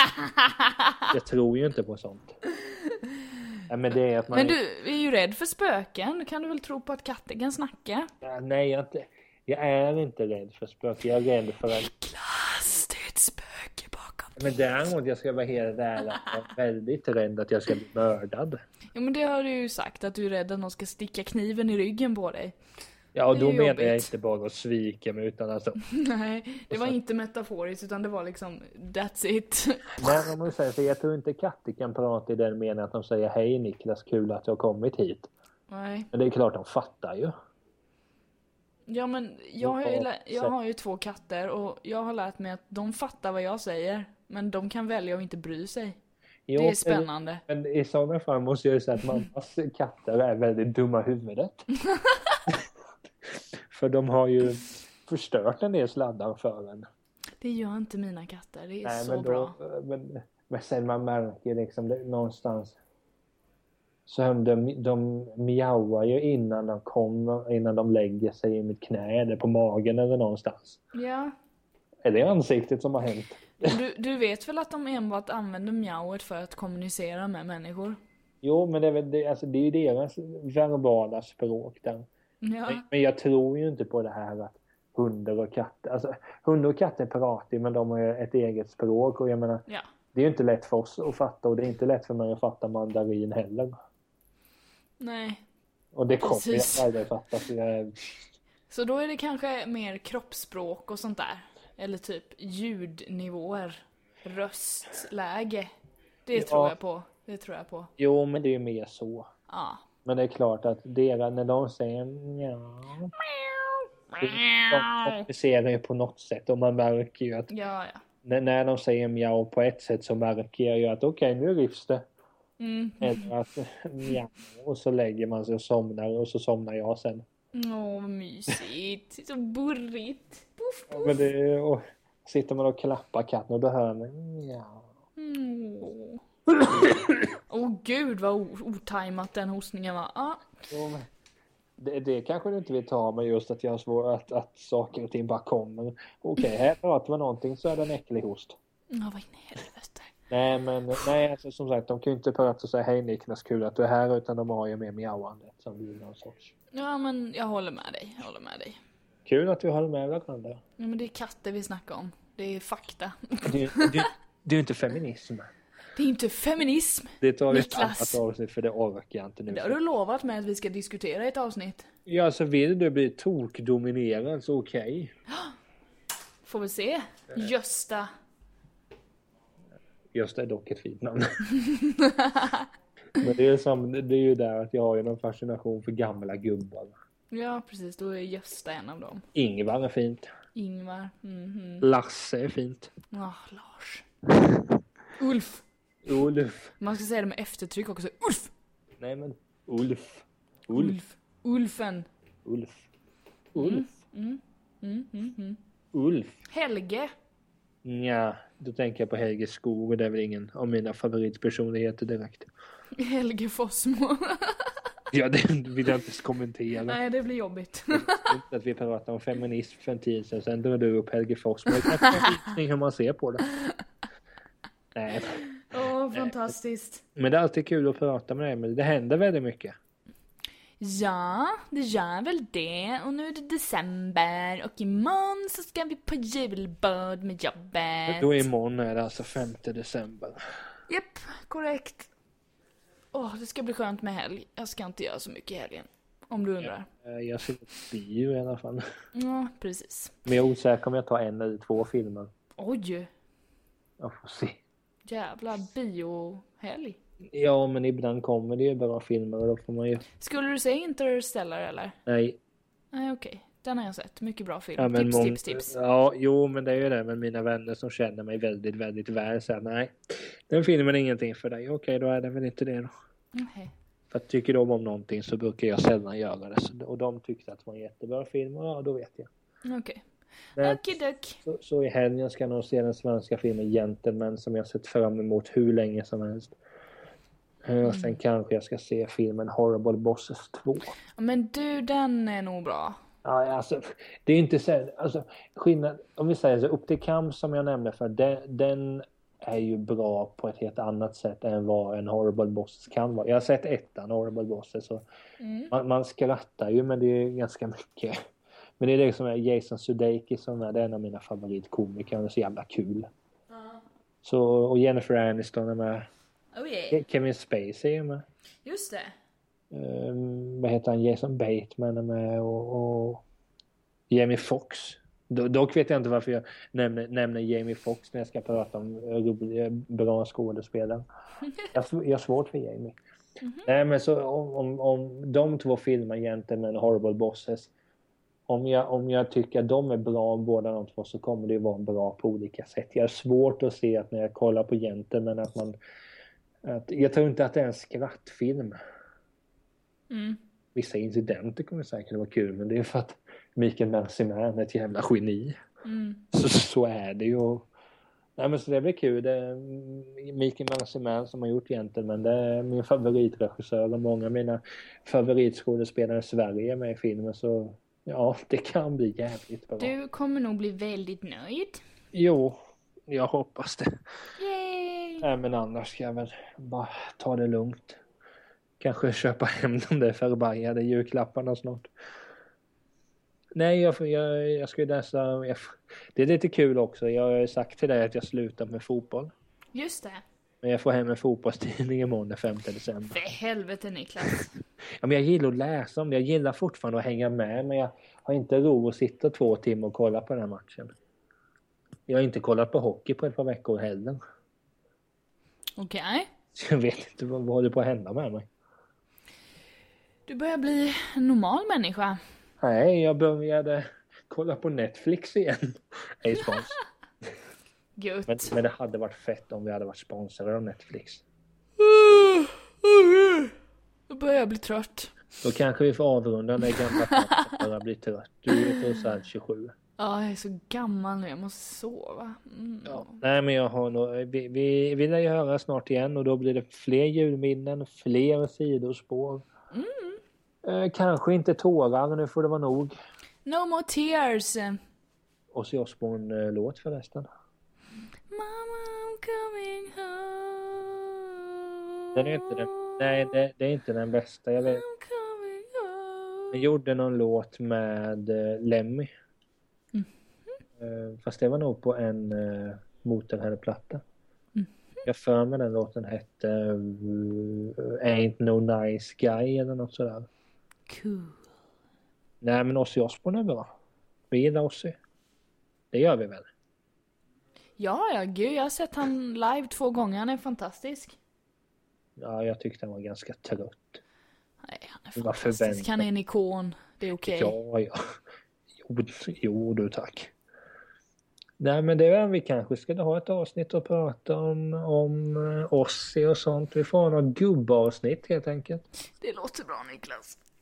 A: jag tror ju inte på sånt. Nej, men det är att man...
B: Men du är ju rädd för spöken. Då kan du väl tro på att katten kan snacka?
A: Nej, jag är, inte... jag är inte rädd för spöken. Jag är rädd för att...
B: Niklas, det är ett spöke bakom.
A: Men däremot, jag ska vara helt ärlig, jag är väldigt rädd att jag ska bli mördad.
B: Ja men det har du ju sagt att du är rädd att någon ska sticka kniven i ryggen på dig.
A: Ja, och
B: Det
A: då
B: är
A: menar jag
B: jobbigt.
A: inte bara att svika mig utan alltså.
B: Nej, det
A: Och
B: var
A: sen-
B: inte metaforiskt utan det var liksom that's it.
A: Men om man säger så, jag tror inte katter kan prata i den meningen att de säger hej Niklas, kul att du har kommit hit.
B: Nej.
A: Men det är klart de fattar ju.
B: Ja men jag har, ju
A: Ja,
B: lä- jag
A: så-
B: har ju två katter och jag har lärt mig att de fattar vad jag säger. Men de kan välja att inte bry sig.
A: Jo,
B: det är
A: men-
B: spännande.
A: Men i sådana fall måste jag ju säga att mammas katter är väldigt dumma i huvudet. För de har ju förstört en del sladdar för en.
B: Det gör inte mina katter, det är så
A: men, eh,
B: bra.
A: men, men sen man märker liksom det, någonstans. Så de, de mjauar ju innan de kommer, innan de lägger sig i mitt knä eller på magen eller någonstans.
B: Ja.
A: Är det ansiktet som har hänt?
B: Du, du vet väl att de enbart använder mjauet för att kommunicera med människor?
A: Jo, men det är, väl, det, alltså, det är ju deras verbala språk där.
B: Ja.
A: Men, men jag tror ju inte på det här att hundar och katter, alltså hundar och katter pratar ju men de har ju ett eget språk och jag menar
B: Ja.
A: det är ju inte lätt för oss att fatta och det är inte lätt för mig att fatta mandarin heller.
B: Nej.
A: Och det kommer
B: Precis.
A: jag aldrig fatta för jag,
B: Så då är det kanske mer kroppsspråk och sånt där. Eller typ ljudnivåer. Röstläge. Det
A: Ja.
B: tror jag på. Det tror jag på.
A: jo men det är ju mer så.
B: Ja.
A: Men det är klart att deras, när de säger ja, de komplicerar ju på något sätt och man märker ju att
B: Ja, ja.
A: när, när de säger mjau på ett sätt så märker jag ju att okej nu rivs det.
B: Mm.
A: Eller att mjau och så lägger man sig och somnar och så somnar jag sen.
B: Åh, vad mysigt. Så burrigt. Puff,
A: Ja,
B: puff.
A: Men det, och sitter man och klappar katten och då hör man ja.
B: Mm. Åh, Åh, gud vad o- otajmat den hostningen var. Ja.
A: Jo, men Det, det kanske du inte vill ta men just att jag har svårt att, att saker och ting bara kommer. Okej, här pratar man någonting så är det en äcklig host.
B: Ja, vad in i helvete.
A: Nej men nej, alltså, som sagt de kan ju inte prata och säga hej Niklas kul att du är här utan de har ju mer mjauandet som blir någon sorts.
B: Ja, men jag håller med dig. Jag håller med dig.
A: Kul att vi håller med varandra.
B: Ja, men det är katter vi snackar om. Det är fakta.
A: Det, det, det är ju inte feminism.
B: Det är inte feminism.
A: Det tar vi ett
B: Niklas.
A: annat avsnitt för det orkar jag inte nu.
B: Det har du lovat mig att vi ska diskutera i ett avsnitt.
A: Ja, så vill du bli tokdominerad så okej.
B: Får vi se. Gösta.
A: Just det är dock ett fint namn. Men det är, som, det är ju där att jag har ju någon fascination för gamla gubbar.
B: Ja, precis. Då är Gösta en av dem.
A: Ingvar är fint.
B: Ingvar.
A: Mm.
B: Mhm.
A: Lasse är fint.
B: Ah, Lars. Ulf.
A: Ulf.
B: Man ska säga det med eftertryck också. Ulf!
A: Nej men Ulf. Ulf.
B: Ulfen.
A: Ulf. Ulf.
B: Mm, mm, mm.
A: Ulf.
B: Helge.
A: Nja, då tänker jag på Helge Skog och det är väl ingen av mina favoritpersonligheter direkt.
B: Helge Fossmo.
A: Ja, det vill jag inte ens kommentera.
B: Nej, det blir jobbigt.
A: Inte att vi pratade om feminism för en tid sedan, sen drar du upp Helge Fossmo. Det kanske är en visning hur man ser på det. Nej,
B: Åh, fantastiskt.
A: Men det är alltid kul att prata med dig, men det händer väldigt mycket.
B: Ja, det gör väl det. Och nu är det december och imorgon så ska vi på julbord med jobbet.
A: Då imorgon är det alltså 5 december.
B: Japp, korrekt. Åh, det ska bli skönt med helg. Jag ska inte göra så mycket i helgen. Om du undrar.
A: Eh, Jag ser på bio i alla fall.
B: Ja, precis.
A: Men jag är osäker om jag tar en eller två filmer.
B: Oj,
A: Jag får se.
B: jävla biohelg.
A: Ja, men ibland kommer det ju bra filmer och då får man ju...
B: Skulle du säga Interstellar eller?
A: Nej.
B: Nej, okej. Den har jag sett. Mycket bra film.
A: Ja, men
B: tips,
A: mång-
B: tips, tips.
A: Ja, jo, men det är ju det. Men mina vänner som känner mig väldigt, väldigt väl säger nej. Den filmen är ingenting för dig. Okej, då är den väl inte det då.
B: Okej.
A: För att tycker de om någonting så brukar jag sällan göra det. Så- Och de tyckte att det var en jättebra film och ja, då vet jag.
B: Okej.
A: Men-
B: Okidok.
A: Så, så i helgen ska jag nog se den svenska filmen Gentlemen som jag sett fram emot hur länge som helst. Eh, Och sen kanske jag ska se filmen Horrible Bosses 2.
B: Men du, den är nog bra.
A: Ja, alltså, det är inte så, alltså, skillnad, om vi säger så, Upp till kamp som jag nämnde för den, den är ju bra på ett helt annat sätt än vad en Horrible Bosses kan vara. Jag har sett ettan, Horrible Bosses, så
B: Mm.
A: man, man skrattar ju men det är ganska mycket. Men det är det som är Jason Sudeikis som är, det är en av mina favoritkomiker, han är så jävla kul. Så, och Jennifer Aniston är med.
B: Oh yeah.
A: Ke- Kevin Spacey är med.
B: Just det.
A: eh, vad heter han, Jason Bateman är med och, och Jamie Fox. Do, dock vet jag inte varför jag nämner, nämner Jamie Fox när jag ska prata om eh, rolig- eh, bra skådespelare. Jag, jag har svårt för Jamie. Nej men så om, om, om de två filmerna, Gentlemen och Horrible Bosses. Om jag, om jag tycker att de är bra båda de två så kommer det ju vara bra på olika sätt. Jag har svårt att se att när jag kollar på Gentlemen att man... Att, jag tror inte att det är en skrattfilm.
B: Mm.
A: Vissa incidenter kommer säkert vara kul men det är för att Mikael Merciman är ett jävla geni.
B: Mm.
A: Så, så är det ju. Och- Nej men så det blir kul. Det är mm, Mikael Mansiman som har gjort Gentlemen. Det är min favoritregissör och många av mina favoritskådespelare i Sverige är med i filmen så ja, det kan bli jävligt bra.
B: Du kommer nog bli väldigt nöjd.
A: Jo, jag hoppas det.
B: Yay!
A: Nej men annars ska jag väl bara ta det lugnt. Kanske köpa hem de där förbajade julklapparna snart. Nej, jag, får- jag, jag ska ju läsa... Jag, får- det är lite kul också. Jag har ju sagt till dig att jag slutar med fotboll.
B: Just det.
A: Men jag får hem en fotbollstidning imorgon den 5 december.
B: För helvete Niklas.
A: Ja, men jag gillar att läsa om det. Jag gillar fortfarande att hänga med men jag har inte ro att sitta två timmar och kolla på den här matchen. Jag har inte kollat på hockey på ett par veckor heller.
B: Okej.
A: Så jag vet inte vad, vad håller på att hända med mig.
B: Du börjar bli en normal människa.
A: Nej, jag började kolla på Netflix igen. Ej spons.
B: Gött.
A: Men, men det hade varit fett om vi hade varit sponsrade av Netflix.
B: Uh, uh, uh. Nu börjar jag bli trött.
A: Då kanske vi får avrunda den där gamla podden för att bli trött. Du är trots allt 27.
B: Ja, jag är så gammal nu, jag måste sova. Mm.
A: Ja. Nej men jag har nog, vi, vi, vi lär ju höra snart igen och då blir det fler julminnen, fler sidospår. Eh, kanske inte tårar, nu får det vara nog.
B: No more tears.
A: Och så Osbourne-låt förresten.
B: Mama I'm coming home.
A: Den är inte den,
B: Mm.
A: nej det, det är inte den bästa jag vet.
B: I'm coming
A: Jag
B: home.
A: gjorde någon låt med eh, Lemmy. Eh, fast det var nog på en eh, Motorhead-platta. Jag för mig den låten hette eh, Ain't No Nice Guy eller något sådär.
B: Cool.
A: Nej men Ozzy Osbourne är bra. Vi gillar Ozzy. Det gör vi väl?
B: Ja, ja, gud, jag har sett han live två gånger, han är fantastisk.
A: Ja, jag tyckte han var ganska trött.
B: Nej, han är
A: Det var
B: fantastisk, han är en ikon. Det är okej.
A: Ja, ja. Jo, jo du tack. Nej men det är väl vi kanske skulle ha ett avsnitt och prata om, om eh, Ozzy och sånt. Vi får ha något gubbavsnitt helt enkelt.
B: Det låter bra Niklas.